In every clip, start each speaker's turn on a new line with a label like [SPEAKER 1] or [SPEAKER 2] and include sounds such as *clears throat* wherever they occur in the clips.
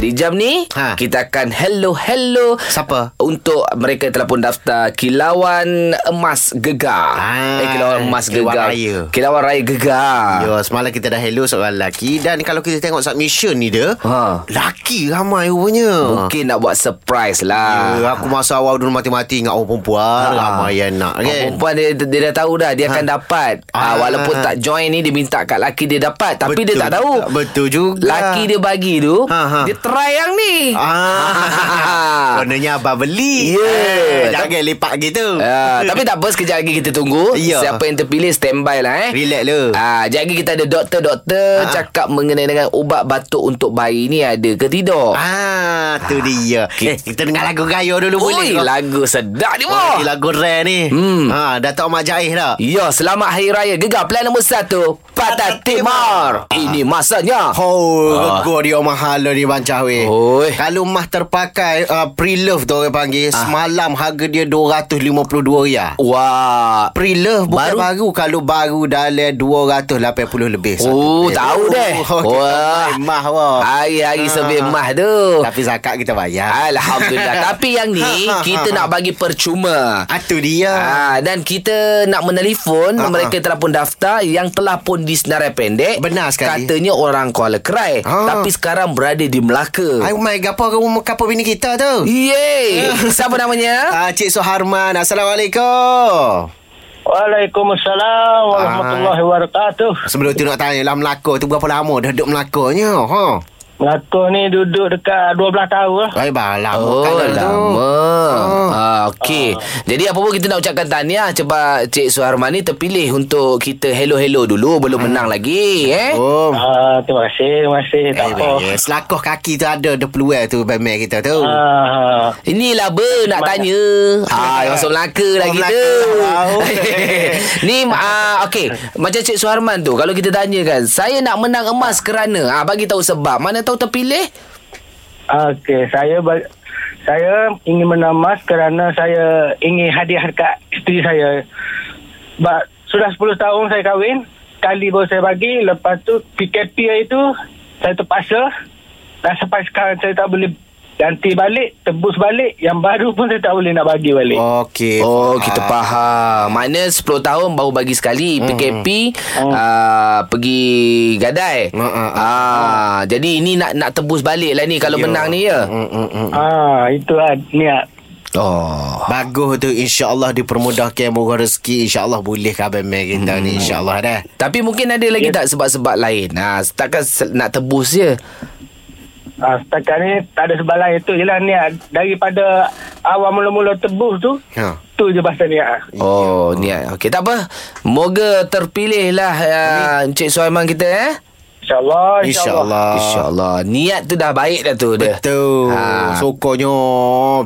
[SPEAKER 1] Di jam ni ha.
[SPEAKER 2] Ha.
[SPEAKER 1] Kita akan hello hello
[SPEAKER 2] Siapa?
[SPEAKER 1] Untuk mereka yang telah pun daftar Kilauan Emas Gegar
[SPEAKER 2] Ah,
[SPEAKER 1] Eh Kilauan Emas
[SPEAKER 2] Kilauan
[SPEAKER 1] Gegar
[SPEAKER 2] Raya.
[SPEAKER 1] Kilauan Raya Gegar
[SPEAKER 2] Ya, semalam kita dah hello soal lelaki Dan kalau kita tengok submission ni dia
[SPEAKER 1] Ha.
[SPEAKER 2] Lelaki ramai rupanya
[SPEAKER 1] Mungkin nak buat surprise lah
[SPEAKER 2] Ya, aku masa awal dulu mati-mati Ingat orang perempuan
[SPEAKER 1] Ah.
[SPEAKER 2] Ramai yang nak
[SPEAKER 1] Orang
[SPEAKER 2] kan
[SPEAKER 1] Perempuan dia, dia dah tahu dah Dia akan dapat ah.
[SPEAKER 2] Ha. Ah.
[SPEAKER 1] Walaupun tak join ni Dia minta kat laki dia dapat Tapi dia
[SPEAKER 2] Betul
[SPEAKER 1] tak tahu
[SPEAKER 2] juga, betul juga.
[SPEAKER 1] Laki dia bagi tu
[SPEAKER 2] Ha, ha.
[SPEAKER 1] Dia try yang ni *laughs*
[SPEAKER 2] Ah, Kononnya abang beli
[SPEAKER 1] Ya.
[SPEAKER 2] eh, Jangan lepak gitu
[SPEAKER 1] Ah, tapi tak apa sekejap lagi kita tunggu
[SPEAKER 2] Ya.
[SPEAKER 1] Siapa yang terpilih standby lah eh
[SPEAKER 2] Relax lu
[SPEAKER 1] Ah, sekejap lagi kita ada doktor-doktor
[SPEAKER 2] Ah.
[SPEAKER 1] cakap mengenai dengan ubat batuk untuk bayi ni ada ke tidak.
[SPEAKER 2] Ah, tu dia Eh, kita dengar lagu gayo
[SPEAKER 1] Oi,
[SPEAKER 2] dulu boleh ke?
[SPEAKER 1] lagu sedap ni
[SPEAKER 2] Oh,
[SPEAKER 1] mo.
[SPEAKER 2] ni lagu rare ni
[SPEAKER 1] Hmm.
[SPEAKER 2] ha, Datuk Mak Jaih dah
[SPEAKER 1] Ya, selamat Hari Raya Gegar Plan nombor 1 Patah Timur.
[SPEAKER 2] Ah.
[SPEAKER 1] Ini masanya.
[SPEAKER 2] Oh, rego dia mahal ni bancah
[SPEAKER 1] Ah.
[SPEAKER 2] weh.
[SPEAKER 1] Oi. Ah.
[SPEAKER 2] Kalau mah terpakai uh, pre-love tu orang panggil, semalam harga dia 252 ria.
[SPEAKER 1] Wah. Oh.
[SPEAKER 2] Pre-love bukan
[SPEAKER 1] Baru?
[SPEAKER 2] baru, kalau baru dalam 280 lebih.
[SPEAKER 1] Oh, tahu
[SPEAKER 2] *laughs*
[SPEAKER 1] deh. Wah.
[SPEAKER 2] Wah, mah wah.
[SPEAKER 1] Hari-hari sebelum mah tu.
[SPEAKER 2] Ah. Tapi Ha, zakat kita bayar. *laughs*
[SPEAKER 1] Alhamdulillah. Tapi yang ni kita nak bagi percuma.
[SPEAKER 2] Atu dia.
[SPEAKER 1] Ah, dan kita nak menelpon
[SPEAKER 2] Ah,
[SPEAKER 1] uh-huh. mereka yang telah pun daftar yang telah pun di senarai pendek.
[SPEAKER 2] Benar sekali.
[SPEAKER 1] Katanya orang Kuala Krai
[SPEAKER 2] Ah.
[SPEAKER 1] tapi sekarang berada di
[SPEAKER 2] Ay,
[SPEAKER 1] Melaka.
[SPEAKER 2] my gapo rumah kapo bini kita
[SPEAKER 1] Ya.
[SPEAKER 2] tu? *laughs*
[SPEAKER 1] Yeay. Siapa namanya?
[SPEAKER 2] Ah, Cik Soharman. Assalamualaikum.
[SPEAKER 3] Waalaikumsalam warahmatullahi wabarakatuh.
[SPEAKER 2] Sebelum tu nak tanya lah Melaka tu berapa lama dah duduk Melakanya? Ha.
[SPEAKER 3] Melaka ni duduk dekat 12 tahun lah.
[SPEAKER 2] Baik balah.
[SPEAKER 1] Oh, lama.
[SPEAKER 2] Ah.
[SPEAKER 1] Ah, Okey. Jadi apa pun kita nak ucapkan tahniah sebab Cik Suharman ni terpilih untuk kita hello-hello dulu belum menang lagi eh.
[SPEAKER 2] Ah. Oh.
[SPEAKER 3] Ah, terima kasih, terima kasih. Tak
[SPEAKER 2] Eh,
[SPEAKER 3] apa.
[SPEAKER 2] eh, selakoh kaki tu ada Dia peluang tu Bemel kita tu
[SPEAKER 3] Ah,
[SPEAKER 1] Inilah ber nak tanya. Ah, yang masuk Melaka lagi
[SPEAKER 2] Melaka. Ah,
[SPEAKER 1] tu.
[SPEAKER 2] Wow.
[SPEAKER 1] *laughs* Ni ah okey, macam Cik Suharman tu kalau kita tanya kan, saya nak menang emas kerana ah bagi tahu sebab. Mana tahu terpilih?
[SPEAKER 3] Okey, saya ba- saya ingin menamas kerana saya ingin hadiah dekat isteri saya. Ba- sudah 10 tahun saya kahwin, kali baru saya bagi, lepas tu PKP itu saya terpaksa dan sampai sekarang saya tak boleh ganti balik, tebus balik, yang baru pun saya tak boleh nak bagi balik.
[SPEAKER 2] Okey
[SPEAKER 1] Oh, kita faham. Makna 10 tahun baru bagi
[SPEAKER 2] Hmm.
[SPEAKER 1] sekali PKP ah, pergi gadai.
[SPEAKER 2] Hmm, hmm,
[SPEAKER 1] Ah, jadi ini nak nak tebus balik lah ni kalau
[SPEAKER 2] Ya.
[SPEAKER 1] menang ni ya.
[SPEAKER 2] Mm, mm, mm.
[SPEAKER 3] Ah, itulah niat.
[SPEAKER 1] Oh.
[SPEAKER 2] Bagus tu InsyaAllah dipermudahkan Moga rezeki InsyaAllah boleh khabar Bemel kita ni InsyaAllah dah
[SPEAKER 1] Tapi mungkin ada lagi
[SPEAKER 2] Ya.
[SPEAKER 1] tak sebab-sebab lain. Ha, takkan se- nak tebus je.
[SPEAKER 3] Ah, setakat ni tak ada sebab lain tu jelah lah, niat daripada awal mula-mula tebus tu.
[SPEAKER 2] Ha.
[SPEAKER 3] Tu je pasal niat. lah.
[SPEAKER 1] Oh, niat. Okey, tak apa. Moga terpilih lah uh, Encik Suaiman kita eh.
[SPEAKER 3] InsyaAllah,
[SPEAKER 2] InsyaAllah
[SPEAKER 1] InsyaAllah. Niat tu dah baik dah tu dia.
[SPEAKER 2] Ah. Betul
[SPEAKER 1] Ha.
[SPEAKER 2] Sokonyo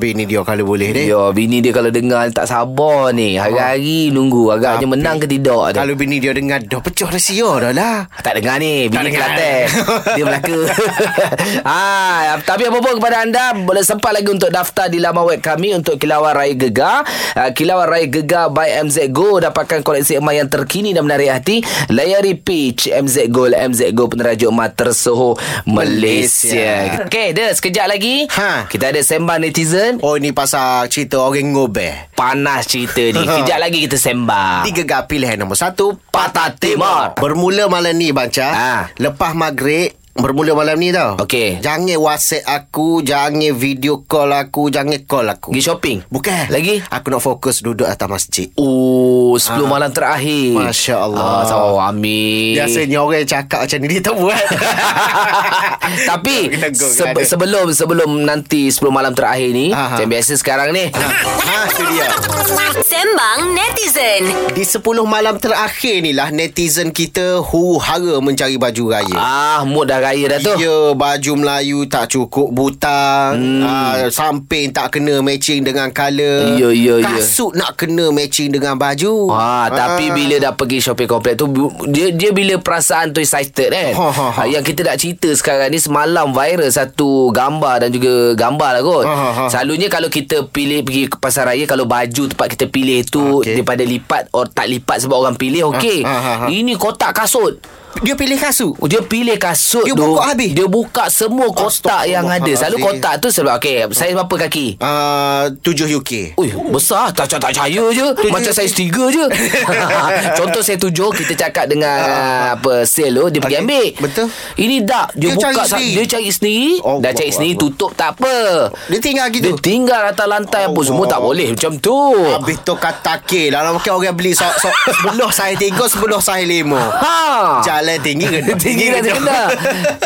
[SPEAKER 2] Bini dia kalau boleh deh
[SPEAKER 1] Ya, bini dia kalau dengar tak sabar ni. Hari-hari nunggu agaknya
[SPEAKER 2] Tapi-
[SPEAKER 1] menang ke tidak dia.
[SPEAKER 2] Kalau bini dia dengar Dah pecah dah sia dah lah
[SPEAKER 1] Ah, Tak dengar ni Bini
[SPEAKER 2] Tak dengar.
[SPEAKER 1] Kelantan Dia
[SPEAKER 2] *laughs*
[SPEAKER 1] Melaka ha, Tapi apa pun kepada anda Boleh sempat lagi untuk daftar Di laman web kami Untuk Kilauan Raya Gegar uh, Kilauan Raya Gegar by MZ Go Dapatkan koleksi emas yang terkini Dan menarik hati Layari page MZ Go MZ Go penerajuk emas tersohor Malaysia,
[SPEAKER 2] Malaysia.
[SPEAKER 1] Okey dah sekejap lagi
[SPEAKER 2] Ha.
[SPEAKER 1] Kita ada sembang netizen
[SPEAKER 2] Oh ni pasal cerita orang ngobeh
[SPEAKER 1] Panas cerita
[SPEAKER 2] *laughs*
[SPEAKER 1] ni Sekejap lagi kita sembang
[SPEAKER 2] Tiga gak pilihan nombor satu
[SPEAKER 1] Patah Ah. Timur.
[SPEAKER 2] Bermula malam ni Banca
[SPEAKER 1] Ha.
[SPEAKER 2] Lepas maghrib Bermula malam ni tau
[SPEAKER 1] Okey.
[SPEAKER 2] Jangan whatsapp aku Jangan video call aku Jangan call aku
[SPEAKER 1] Pergi shopping
[SPEAKER 2] Bukan
[SPEAKER 1] Lagi
[SPEAKER 2] Aku nak fokus duduk atas masjid
[SPEAKER 1] Oh, 10 ah. malam terakhir.
[SPEAKER 2] Masya Allah.
[SPEAKER 1] Ah, sama Amin.
[SPEAKER 2] Biasanya orang cakap macam ni Dia tak buat
[SPEAKER 1] *laughs* Tapi
[SPEAKER 2] Kena go,
[SPEAKER 1] se-
[SPEAKER 2] kena ada.
[SPEAKER 1] sebelum sebelum nanti 10 malam terakhir ni,
[SPEAKER 2] Aha.
[SPEAKER 1] macam biasa sekarang ni.
[SPEAKER 2] Ha tu dia
[SPEAKER 4] Sembang netizen.
[SPEAKER 2] Di 10 malam terakhir ni lah Netizen kita Huru-hara mencari baju raya
[SPEAKER 1] ah, mood dah raya dah tu.
[SPEAKER 2] Ya, baju Melayu tak cukup butang, hmm. uh, samping tak kena matching dengan color.
[SPEAKER 1] Ya, ya, ya.
[SPEAKER 2] Kasut nak kena matching dengan baju.
[SPEAKER 1] Ah, tapi bila dah pergi shopping complex tu bu- dia dia bila perasaan tu excited kan.
[SPEAKER 2] Ha, ha, ha.
[SPEAKER 1] Ah, Yang kita nak cerita sekarang ni semalam viral satu gambar dan juga gambar lah kot.
[SPEAKER 2] Ha, ha, ha.
[SPEAKER 1] Selalunya kalau kita pilih pergi ke pasar raya kalau baju tempat kita pilih tu
[SPEAKER 2] Okey.
[SPEAKER 1] daripada lipat or tak lipat sebab orang pilih okey.
[SPEAKER 2] ha, ha, ha.
[SPEAKER 1] Ini kotak kasut.
[SPEAKER 2] dia pilih kasut.
[SPEAKER 1] Oh, dia pilih kasut
[SPEAKER 2] Dia
[SPEAKER 1] tu.
[SPEAKER 2] buka habis.
[SPEAKER 1] Dia buka semua kotak yang ada. Selalu
[SPEAKER 2] Astaghfirullahalazim.
[SPEAKER 1] kotak tu selalu okey, saiz berapa kaki?
[SPEAKER 2] Uh, 7 UK.
[SPEAKER 1] Ui, besar. Tak tak, tak percaya je. Macam saiz tiga
[SPEAKER 2] *laughs*
[SPEAKER 1] je. *laughs* Contoh saya tujuh, kita cakap dengan apa sale tu, dia pergi
[SPEAKER 2] Ah. Okey,
[SPEAKER 1] ambil.
[SPEAKER 2] betul.
[SPEAKER 1] Ini tak. Dia,
[SPEAKER 2] Dia
[SPEAKER 1] buka,
[SPEAKER 2] cari
[SPEAKER 1] sa-
[SPEAKER 2] sendiri. Oh,
[SPEAKER 1] dia cari sendiri.
[SPEAKER 2] Allah
[SPEAKER 1] dah cari sendiri,
[SPEAKER 2] Allah.
[SPEAKER 1] tutup tak apa.
[SPEAKER 2] Dia tinggal gitu.
[SPEAKER 1] Dia tinggal atas lantai apa semua tak boleh macam tu.
[SPEAKER 2] Habis tu kata ke Dalam mungkin orang beli so, so, Sebelah saya tiga Sebelah saya lima
[SPEAKER 1] Ha.
[SPEAKER 2] Jalan tinggi ke
[SPEAKER 1] *laughs* Tinggi dan rendah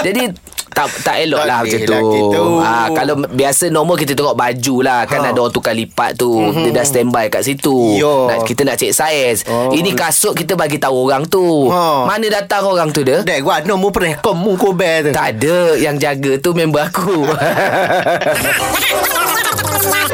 [SPEAKER 1] Jadi tak tak elok
[SPEAKER 2] Tak
[SPEAKER 1] lah macam
[SPEAKER 2] elok
[SPEAKER 1] tu.
[SPEAKER 2] gitu.
[SPEAKER 1] Ha, kalau biasa normal kita tengok baju lah. Kan
[SPEAKER 2] Ha. Mhm.
[SPEAKER 1] ada orang tukar lipat tu. Mm-hmm. Dia dah standby kat situ.
[SPEAKER 2] Yo.
[SPEAKER 1] Nak, kita nak cek saiz.
[SPEAKER 2] Oh.
[SPEAKER 1] Ini kasut kita bagi tahu orang tu.
[SPEAKER 2] Ha.
[SPEAKER 1] Mana datang orang tu dia?
[SPEAKER 2] Dek gua no mu pernah Kau mu kau bear tu
[SPEAKER 1] Tak ada yang jaga tu member
[SPEAKER 2] *laughs*
[SPEAKER 1] aku. *laughs*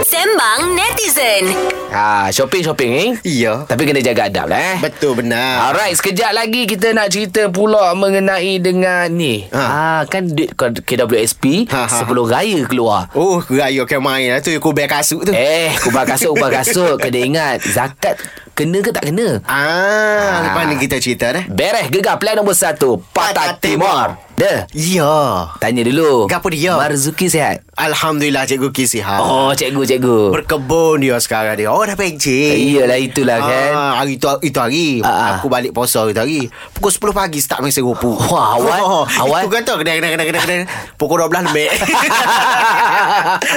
[SPEAKER 4] Sembang netizen.
[SPEAKER 1] ha, shopping-shopping eh.
[SPEAKER 2] Iya
[SPEAKER 1] Tapi kena jaga adab lah eh.
[SPEAKER 2] Betul benar
[SPEAKER 1] Alright, sekejap lagi kita nak cerita pula mengenai dengan ni. Ha,
[SPEAKER 2] Ha.
[SPEAKER 1] kan duit kau- KWSP
[SPEAKER 2] Ha, ha, ha.
[SPEAKER 1] sebelum raya keluar.
[SPEAKER 2] Oh raya ke main lah tu Kau bear kasut tu
[SPEAKER 1] Eh, kubah kasut, kubah kasut. Kena ingat, zakat kena ke tak kena?
[SPEAKER 2] Ah, Lepas ni kita cerita dah
[SPEAKER 1] Beres gegar plan nombor satu. Patah
[SPEAKER 2] Patah
[SPEAKER 1] Timur. Dah.
[SPEAKER 2] Ya
[SPEAKER 1] Tanya dulu.
[SPEAKER 2] Gapo dia?
[SPEAKER 1] Marzuki sihat?
[SPEAKER 2] Alhamdulillah cikgu kisihan
[SPEAKER 1] Oh, cikgu, cikgu.
[SPEAKER 2] Berkebun dia sekarang dia Oh dah pencik
[SPEAKER 1] Iyalah, itulah kan.
[SPEAKER 2] Ah, hari tu itu hari
[SPEAKER 1] Ah, ah.
[SPEAKER 2] aku balik puasa hari tu hari. Pukul 10 pagi start main serupu.
[SPEAKER 1] Wah,
[SPEAKER 2] *laughs*
[SPEAKER 1] awal- awal.
[SPEAKER 2] Itu kata kena kena kena kena kena. Pukul 12
[SPEAKER 1] *laughs*
[SPEAKER 2] lebih.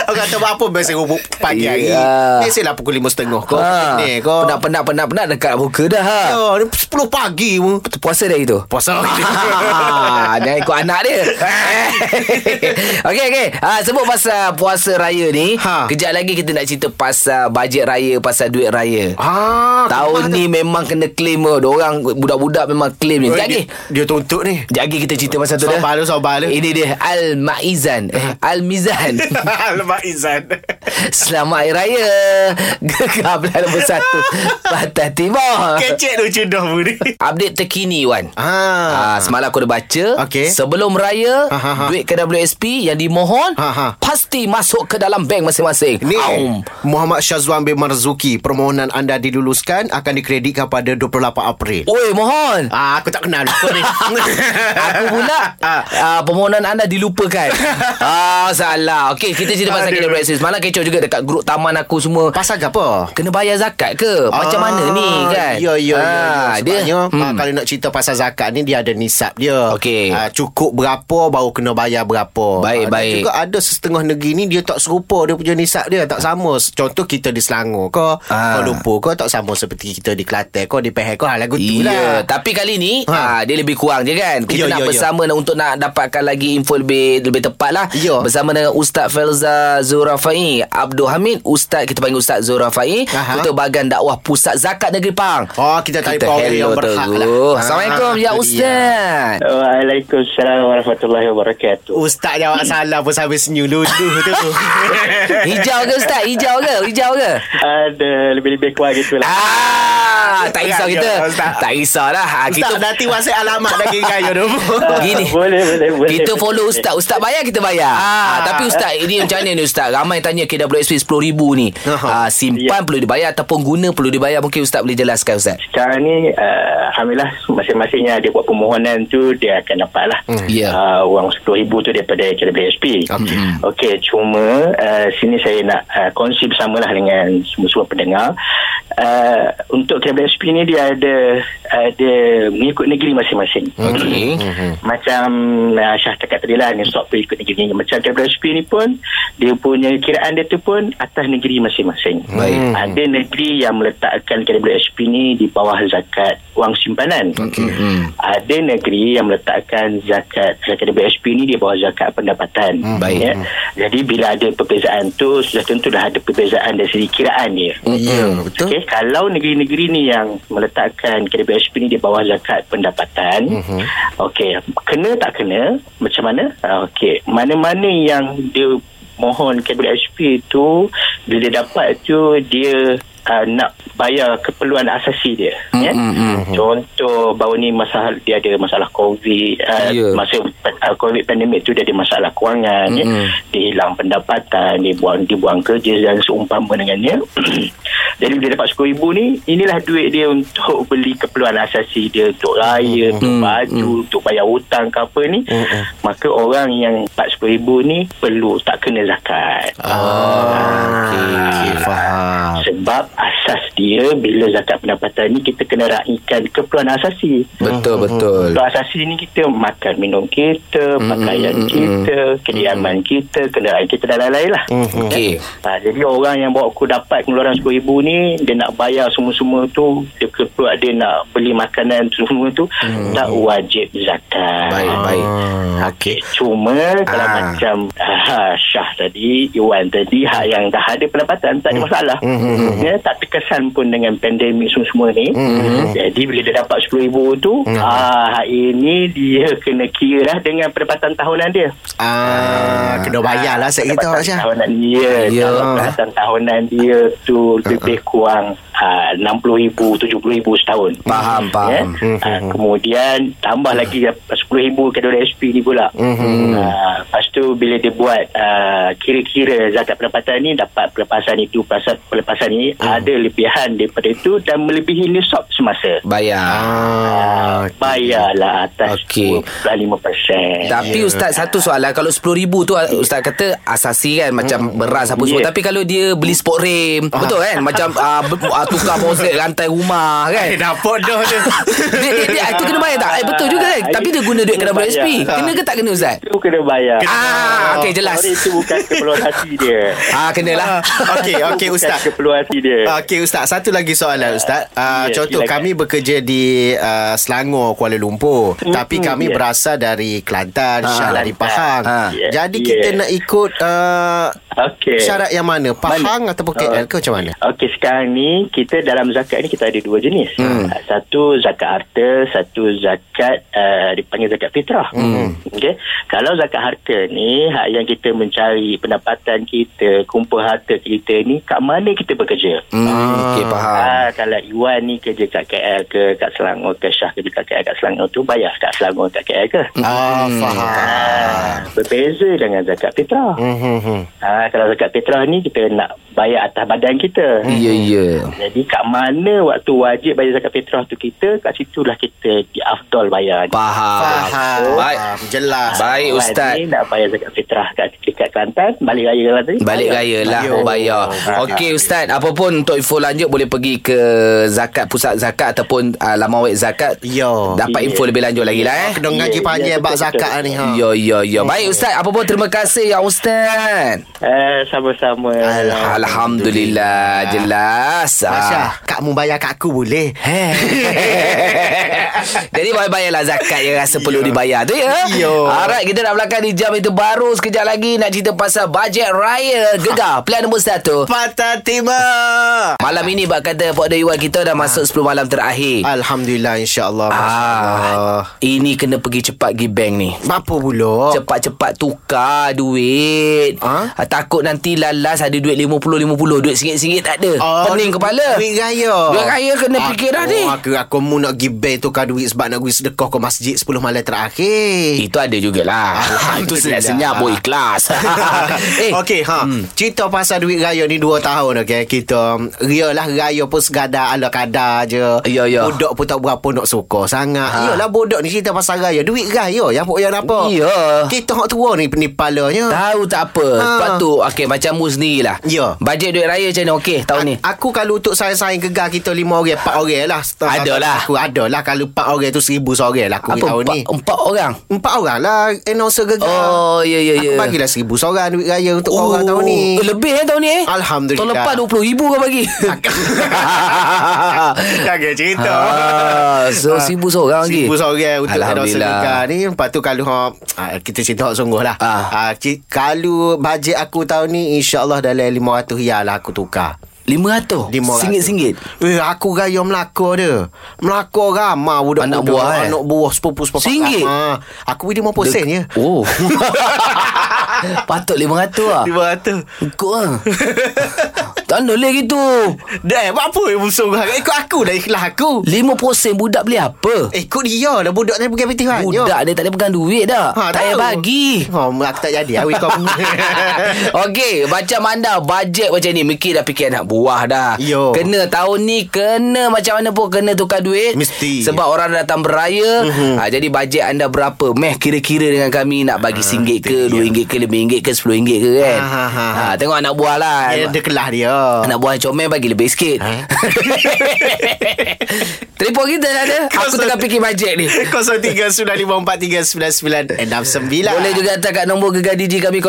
[SPEAKER 2] aku kata apa main serupu pagi hari.
[SPEAKER 1] Ya.
[SPEAKER 2] Mestilah pukul 5.30 kau.
[SPEAKER 1] Ha,
[SPEAKER 2] Ni kau.
[SPEAKER 1] penat, penat, penat, penat dekat muka dah. Ha.
[SPEAKER 2] Ya, ni 10 pagi pun.
[SPEAKER 1] Puasa dah
[SPEAKER 2] *laughs*
[SPEAKER 1] itu?
[SPEAKER 2] Puasa. *laughs*
[SPEAKER 1] Ah, Jangan ikut anak dia Okey okey. Ah sebut pasal puasa raya ni ha.
[SPEAKER 2] Ha.
[SPEAKER 1] Kejap lagi kita nak cerita pasal Bajet raya Pasal duit raya
[SPEAKER 2] Ah,
[SPEAKER 1] Tahun ni memang kena claim Orang budak-budak memang claim ni
[SPEAKER 2] Eh,
[SPEAKER 1] Sekejap lagi
[SPEAKER 2] dia, dia tuntut ni.
[SPEAKER 1] Sekejap lagi kita cerita pasal tu dah
[SPEAKER 2] Sabar lu, sabar lu.
[SPEAKER 1] Ini dia Al-Maizan eh,
[SPEAKER 2] *laughs*
[SPEAKER 1] Al-Mizan
[SPEAKER 2] Lemak *laughs* Izan.
[SPEAKER 1] Selamat Hari Raya Gegar bulan nombor satu Patah Timur
[SPEAKER 2] Kecek lucu dah pun ni.
[SPEAKER 1] Update terkini Wan Ah,
[SPEAKER 2] Ah.
[SPEAKER 1] semalam aku dah baca
[SPEAKER 2] Okey.
[SPEAKER 1] Sebelum raya
[SPEAKER 2] Ha, ha, ha.
[SPEAKER 1] Duit KWSP Yang dimohon
[SPEAKER 2] Ha, ha.
[SPEAKER 1] Pasti masuk ke dalam bank masing-masing
[SPEAKER 2] Ni
[SPEAKER 1] Aum.
[SPEAKER 2] Muhammad Syazwan bin Marzuki Permohonan anda diluluskan Akan dikreditkan pada 28 April
[SPEAKER 1] Oi mohon
[SPEAKER 2] Oh. Ah, aku tak kenal kau *laughs* ni.
[SPEAKER 1] Aku pula
[SPEAKER 2] Ah.
[SPEAKER 1] *laughs* ah, Permohonan anda
[SPEAKER 2] *laughs*
[SPEAKER 1] dilupakan ah, Salah Okey kita cerita pasal
[SPEAKER 2] Aduh.
[SPEAKER 1] KWSP Semalam kecoh juga Dekat grup taman aku semua
[SPEAKER 2] Pasal apa?
[SPEAKER 1] Kena bayar zakat ke Macam mana ni kan
[SPEAKER 2] Ah, Ya, ya, ya,
[SPEAKER 1] Ah,
[SPEAKER 2] ya. Sebabnya
[SPEAKER 1] Dia
[SPEAKER 2] ah, Kalau nak cerita pasal zakat ni Dia ada nisab dia
[SPEAKER 1] Okey.
[SPEAKER 2] Ah, Cukup berapa Baru kena bayar berapa
[SPEAKER 1] Baik,
[SPEAKER 2] Ah, dan
[SPEAKER 1] baik.
[SPEAKER 2] juga ada setengah negeri ni Dia tak serupa Dia punya nisab dia Tak sama Contoh kita di Selangor Kau
[SPEAKER 1] Ah.
[SPEAKER 2] Kuala Lumpur Kau tak sama seperti kita di Kelantan Kau di Pahang Kau hal lagu tu
[SPEAKER 1] Iya,
[SPEAKER 2] lah
[SPEAKER 1] tapi kali ni ha.
[SPEAKER 2] Ha.
[SPEAKER 1] dia lebih kurang je kan. Kita
[SPEAKER 2] Ya,
[SPEAKER 1] nak
[SPEAKER 2] ya, ya.
[SPEAKER 1] bersama untuk nak dapatkan lagi info lebih lebih tepat lah.
[SPEAKER 2] Ya.
[SPEAKER 1] Bersama dengan Ustaz Felza Zurafai Abdul Hamid, Ustaz kita panggil Ustaz Zurafai
[SPEAKER 2] Aha.
[SPEAKER 1] untuk bahagian dakwah Pusat Zakat Negeri Pahang.
[SPEAKER 2] Oh, kita tanya
[SPEAKER 1] kita
[SPEAKER 2] power
[SPEAKER 1] hello
[SPEAKER 2] yang berhak lah.
[SPEAKER 1] terus. Assalamualaikum
[SPEAKER 2] Ah,
[SPEAKER 1] ya
[SPEAKER 2] itu dia.
[SPEAKER 1] Ustaz.
[SPEAKER 5] Waalaikumsalam warahmatullahi wabarakatuh.
[SPEAKER 2] Ustaz jawab salah pun sampai senyum
[SPEAKER 1] *laughs*
[SPEAKER 2] luduh tu.
[SPEAKER 1] Hijau ke Ustaz? Hijau ke? Hijau ke?
[SPEAKER 5] Ada lebih-lebih kurang gitu lah.
[SPEAKER 1] Ah, tak risau
[SPEAKER 2] Ya,
[SPEAKER 1] kita.
[SPEAKER 2] ya, Ustaz.
[SPEAKER 1] Tak risahlah. Ha,
[SPEAKER 2] Ustaz ya,
[SPEAKER 1] kita
[SPEAKER 2] nanti WhatsApp alamat lagi raya
[SPEAKER 1] *laughs*
[SPEAKER 2] tu.
[SPEAKER 5] Ah,
[SPEAKER 1] gini.
[SPEAKER 2] *laughs*
[SPEAKER 5] Boleh, boleh, boleh.
[SPEAKER 1] Kita
[SPEAKER 5] boleh,
[SPEAKER 1] follow
[SPEAKER 5] boleh.
[SPEAKER 1] ustaz Ustaz bayar kita bayar ah. Tapi ustaz Ini macam mana ni ustaz Ramai tanya KWSP RM10,000 ni ah, Simpan yeah. perlu dibayar Ataupun guna perlu dibayar Mungkin ustaz boleh jelaskan ustaz
[SPEAKER 5] Sekarang ni, uh, Alhamdulillah, masing-masingnya dia buat permohonan tu, dia akan dapat lah.
[SPEAKER 1] Ya.
[SPEAKER 5] Uh, wang RM10,000 tu daripada KWSP.
[SPEAKER 2] Okey.
[SPEAKER 5] Okey, cuma uh, sini saya nak uh, kongsi bersamalah dengan semua-semua pendengar. Uh, untuk KWSP ni dia ada uh, dia mengikut negeri masing-masing.
[SPEAKER 1] Okey Hmm.
[SPEAKER 5] macam uh, Syah cakap tadi lah ni stop pay ikut negeri macam KWSP ni pun dia punya kiraan dia tu pun atas negeri masing-masing
[SPEAKER 1] Baik.
[SPEAKER 5] ada negeri yang meletakkan KWSP ni di bawah zakat wang simpanan okay. ada negeri yang meletakkan zakat KWSP ni di bawah zakat pendapatan
[SPEAKER 1] Baik.
[SPEAKER 5] ya. jadi bila ada perbezaan tu sudah tentu dah ada perbezaan dari segi kiraan dia
[SPEAKER 1] Hmm.
[SPEAKER 2] Ya, betul.
[SPEAKER 5] Okey, kalau negeri-negeri ni yang meletakkan KDBSP ni di bawah zakat pendapatan, mm-hmm. okey, kena tak kena, macam mana? Ah, Okey, mana-mana yang dia mohon KDBSP tu bila dia dapat tu dia Uh, nak bayar keperluan asasi dia mm, ya? mm, contoh baru ni masalah dia ada masalah covid uh,
[SPEAKER 1] Ya.
[SPEAKER 5] masa uh, covid pandemik tu dia ada masalah kewangan mm, ya? dia hilang pendapatan dia buang dia buang kerja dan seumpama dengannya *clears throat* Jadi bila dapat RM10,000 ni, inilah duit dia untuk beli keperluan asasi dia untuk raya, untuk baju, untuk bayar hutang ke apa ni. Maka orang yang dapat RM10,000 ni perlu tak kena zakat.
[SPEAKER 1] Okey, okey, faham.
[SPEAKER 5] Sebab asas dia bila zakat pendapatan ni kita kena raikan keperluan asasi.
[SPEAKER 1] Betul, betul. Mm,
[SPEAKER 5] Keperluan asasi ni kita makan minum kita, pakaian kita, kediaman kita, kenderaan kita dan lain-lain lah.
[SPEAKER 1] Mm. Okey.
[SPEAKER 5] Ha, jadi orang yang bawa aku dapat pengeluaran RM10,000 ni dia nak bayar semua-semua tu dia keluar dia nak beli makanan semua tu tak wajib zakat
[SPEAKER 1] Mm. Baik, baik.
[SPEAKER 2] Ah, Okey.
[SPEAKER 5] Cuma kalau
[SPEAKER 2] Ah.
[SPEAKER 5] macam ah, Syah tadi, Iwan tadi hak yang dah ada pendapatan
[SPEAKER 2] Hmm.
[SPEAKER 5] tak ada masalah. Mm-hmm. Dia tak terkesan pun dengan pandemik semua-semua ni.
[SPEAKER 2] Hmm,
[SPEAKER 5] Mm-hmm. Jadi bila dia dapat RM10,000 tu, mm-hmm. ah hak ini dia kena kira lah dengan pendapatan tahunan dia.
[SPEAKER 2] Ah, kena bayar lah set kita
[SPEAKER 5] Pendapatan
[SPEAKER 2] Pak Syah.
[SPEAKER 5] tahunan dia.
[SPEAKER 1] Ya.
[SPEAKER 5] Kalau pendapatan tahunan dia tu lebih kurang ah, RM60,000, RM70,000 setahun.
[SPEAKER 1] Faham, Mm-hmm.
[SPEAKER 5] Ya?
[SPEAKER 1] faham.
[SPEAKER 5] Ah, kemudian tambah lagi RM10,000 ke dolar SP ni pula.
[SPEAKER 1] Mm-hmm.
[SPEAKER 5] Ah, lepas tu bila dia buat ah, kira-kira zakat pendapatan ni dapat pelepasan itu, pelepasan, pelepasan ni
[SPEAKER 1] Mm.
[SPEAKER 5] ada lebihan daripada itu dan melebihi nisab semasa.
[SPEAKER 1] Bayar.
[SPEAKER 2] Ah,
[SPEAKER 5] Bayarlah atas
[SPEAKER 1] Okey.
[SPEAKER 5] okay. 25%.
[SPEAKER 1] Tapi yeah. ustaz satu soalan kalau 10000 tu ustaz kata asasi kan macam beras apa semua
[SPEAKER 5] Yeah.
[SPEAKER 1] tapi kalau dia beli sport rim betul kan macam uh, tukar poset rantai rumah kan
[SPEAKER 2] Eh, dapat dah *laughs* dia.
[SPEAKER 1] dia, dia, dia, itu kena bayar tak? Eh, betul juga kan?
[SPEAKER 5] Ah,
[SPEAKER 1] Tapi dia guna duit
[SPEAKER 5] kena
[SPEAKER 1] kena SP.
[SPEAKER 5] bayar.
[SPEAKER 1] Kena ke tak kena Ustaz?
[SPEAKER 5] Itu kena bayar.
[SPEAKER 1] Ah, okey jelas.
[SPEAKER 5] Sorry, itu bukan keperluan hati dia.
[SPEAKER 1] *laughs* Ah,
[SPEAKER 2] lah.
[SPEAKER 1] kenalah.
[SPEAKER 2] Okey, okey
[SPEAKER 5] Bukan
[SPEAKER 2] ustaz. Ah,
[SPEAKER 5] keperluan hati dia.
[SPEAKER 2] Okey Ustaz, satu lagi soalan Ustaz. Uh,
[SPEAKER 5] Ya,
[SPEAKER 2] contoh
[SPEAKER 5] silakan.
[SPEAKER 2] kami bekerja di uh, Selangor, Kuala Lumpur. Mm, tapi kami
[SPEAKER 5] ya.
[SPEAKER 2] berasal dari Kelantan, Syah dari Pahang.
[SPEAKER 1] Ha.
[SPEAKER 5] Ya,
[SPEAKER 2] Jadi
[SPEAKER 5] ya.
[SPEAKER 2] kita nak ikut uh,
[SPEAKER 5] Okey.
[SPEAKER 2] syarat yang mana? Pahang ataupun
[SPEAKER 5] Ah.
[SPEAKER 2] KL ke macam mana?
[SPEAKER 5] Okey sekarang ni kita dalam zakat ni kita ada dua jenis. Hmm. Satu zakat harta, satu zakat uh, dipanggil zakat fitrah. Hmm. Okey. Kalau zakat harta ni hak yang kita mencari pendapatan kita, kumpul harta kita ni kat mana kita bekerja.
[SPEAKER 1] Hmm, okey faham.
[SPEAKER 5] Ah, kalau Iwan ni kerja kat KL ke kat Selangor ke Syah kerja kat KL kat Selangor tu bayar kat Selangor kat KL ke?
[SPEAKER 2] Ah,
[SPEAKER 5] Hmm,
[SPEAKER 2] faham.
[SPEAKER 5] Ah, berbeza dengan zakat fitrah.
[SPEAKER 2] Mhm, mhm.
[SPEAKER 5] Ah, kalau zakat fitrah ni kita nak bayar atas badan kita.
[SPEAKER 1] Ya, ya.
[SPEAKER 5] Jadi kat mana waktu wajib bayar zakat fitrah tu kita, kat situlah kita diafdol bayar.
[SPEAKER 1] Faham.
[SPEAKER 2] Faham.
[SPEAKER 5] Oh.
[SPEAKER 1] Baik.
[SPEAKER 2] Jelas.
[SPEAKER 1] Baik
[SPEAKER 5] Wajib
[SPEAKER 1] Ustaz.
[SPEAKER 5] nak bayar zakat fitrah kat dekat Kelantan, balik raya Kelantan. tadi.
[SPEAKER 1] Balik
[SPEAKER 5] bayar.
[SPEAKER 1] raya lah
[SPEAKER 2] Bayar.
[SPEAKER 1] Oh bayar
[SPEAKER 2] Bayar.
[SPEAKER 1] Okey Ustaz Apa pun untuk info lanjut Boleh pergi ke Zakat Pusat Zakat Ataupun uh, Laman web Zakat
[SPEAKER 2] Yo.
[SPEAKER 1] Dapat info lebih lanjut lagi lah eh
[SPEAKER 2] Kena ngaji
[SPEAKER 5] Ya,
[SPEAKER 2] panjang
[SPEAKER 5] ya,
[SPEAKER 2] bab
[SPEAKER 5] betul,
[SPEAKER 2] zakat
[SPEAKER 5] betul.
[SPEAKER 2] ni ha.
[SPEAKER 1] Ya ya ya Baik Ustaz Apa pun terima kasih ya Ustaz
[SPEAKER 5] Eh, sama-sama.
[SPEAKER 1] Alhamdulillah Jelas Ah.
[SPEAKER 2] Masya, Kak mu bayar kat aku boleh.
[SPEAKER 1] *laughs* Jadi bayar-bayarlah zakat yang rasa perlu dibayar tu ya.
[SPEAKER 2] Ya.
[SPEAKER 1] Alright, kita nak belakang di jam itu baru sekejap lagi nak cerita pasal bajet raya gegar. Pilihan nombor satu.
[SPEAKER 2] Patah tiba.
[SPEAKER 1] Malam ini bak kata Pak Dewa kita dah masuk 10 malam terakhir.
[SPEAKER 2] Alhamdulillah insya-Allah. Masya-Allah.
[SPEAKER 1] Ah, ini kena pergi cepat pergi bank ni.
[SPEAKER 2] Apa pula?
[SPEAKER 1] Cepat-cepat tukar duit.
[SPEAKER 2] Oh. Ha?
[SPEAKER 1] Ah, Takut nanti lalas ada duit 50-50. Duit sikit-sikit tak ada.
[SPEAKER 2] Oh,
[SPEAKER 1] Pening kepala.
[SPEAKER 2] Duit raya Ah, oh,
[SPEAKER 1] Duit raya kena fikir dah ni.
[SPEAKER 2] Aku, aku mu nak pergi bank tukar duit Sebab nak pergi sedekah ke masjid 10 malam
[SPEAKER 1] *laughs*
[SPEAKER 2] terakhir
[SPEAKER 1] Itu ada jugalah. Itu
[SPEAKER 2] Eh. *laughs* Alhamdulillah.
[SPEAKER 1] senyap-senyap boy
[SPEAKER 2] *laughs*
[SPEAKER 1] kelas.
[SPEAKER 2] eh, Okey ha hmm. Cerita pasal duit raya ni 2 tahun okay? Kita Rialah raya pun sekadar ala kadar je
[SPEAKER 1] Ya, ya.
[SPEAKER 2] Budak pun tak berapa nak suka sangat
[SPEAKER 1] Ha.
[SPEAKER 2] ha. Yalah budak ni cerita pasal raya Duit raya Yang pun yang apa
[SPEAKER 1] Ya.
[SPEAKER 2] Kita hak tua ni Penipalanya
[SPEAKER 1] Tahu tak apa ha.
[SPEAKER 2] Ha.
[SPEAKER 1] Sebab tu Okay macam mu sendiri lah
[SPEAKER 2] Ya.
[SPEAKER 1] Bajet duit raya macam mana Okey tahun ni
[SPEAKER 2] Aku kalau untuk saing-saing gegar kita lima orang, empat orang lah.
[SPEAKER 1] Adalah.
[SPEAKER 2] Aku adalah. Kalau empat orang tu seribu seorang lah aku
[SPEAKER 1] Apa
[SPEAKER 2] Apa, tahun
[SPEAKER 1] empat,
[SPEAKER 2] ni.
[SPEAKER 1] empat orang
[SPEAKER 2] Empat orang lah announcer gegar.
[SPEAKER 1] Oh ya ya ya
[SPEAKER 2] Aku bagilah seribu seorang duit raya untuk oh. orang tahun ni.
[SPEAKER 1] eh, Lebih eh tahun ni eh
[SPEAKER 2] Alhamdulillah.
[SPEAKER 1] Tahun lepas RM20,000 kau bagi *laughs*
[SPEAKER 2] Jangan cerita.
[SPEAKER 1] Ah, so, seribu seorang lagi?
[SPEAKER 2] *laughs* Seribu seorang untuk announcer
[SPEAKER 1] Alhamdulillah.
[SPEAKER 2] gegar ni. Lepas tu kalau hak, ah, kita cerita hak sungguh lah.
[SPEAKER 1] Ah.
[SPEAKER 2] Ah. ci- kalau bajet aku tahun ni insyaAllah dalam 500 riyal lah aku tukar.
[SPEAKER 1] RM500
[SPEAKER 2] RM500.
[SPEAKER 1] Singgit-singgit
[SPEAKER 2] Eh, aku raya Melaka dia. Melaka ramah budak-budak.
[SPEAKER 1] Anak buah, eh?
[SPEAKER 2] Anak buah, sepupu-sepupu.
[SPEAKER 1] Singgit?
[SPEAKER 2] Ha, aku beli 50 sen ya? je. *laughs*
[SPEAKER 1] Oh *laughs* Patut RM500 lah *laughs*
[SPEAKER 2] 500.
[SPEAKER 1] Ikut lah Tak boleh gitu
[SPEAKER 2] Dah, buat apa yang musuh kau? Ikut aku dah, ikhlas aku.
[SPEAKER 1] 5% budak beli apa
[SPEAKER 2] Eh, Ikut dia lah. Budak tadi pergi peti
[SPEAKER 1] Budak dia tak boleh pegang duit dah Tak payah bagi
[SPEAKER 2] Oh,
[SPEAKER 1] *laughs*
[SPEAKER 2] aku tak jadi. Awi Ha, kau.
[SPEAKER 1] Okey, macam anda bajet macam ni, Miki dah fikir anak kuah dah.
[SPEAKER 2] Yo.
[SPEAKER 1] Kena tahun ni kena macam mana pun kena tukar duit.
[SPEAKER 2] Mesti. Mhm.
[SPEAKER 1] Sebab orang datang beraya. Mm-hmm. Ha, jadi bajet anda berapa? Meh kira-kira dengan kami nak
[SPEAKER 2] Ah,
[SPEAKER 1] bagi RM1 ke, RM2 ke, RM5 ke, RM10 ke kan.
[SPEAKER 2] Ha, ha, ha.
[SPEAKER 1] Ha, tengok anak buah lah.
[SPEAKER 2] *laughs* Ya, Dia dekelah dia.
[SPEAKER 1] Anak buah comel bagi lebih sikit ha? *laughs* Telefon kita dah ada Aku
[SPEAKER 2] Kau
[SPEAKER 1] tengah fikir bajet ni
[SPEAKER 2] Eh, 0395439969.
[SPEAKER 1] Boleh juga hantar kat nombor gegar DJ kami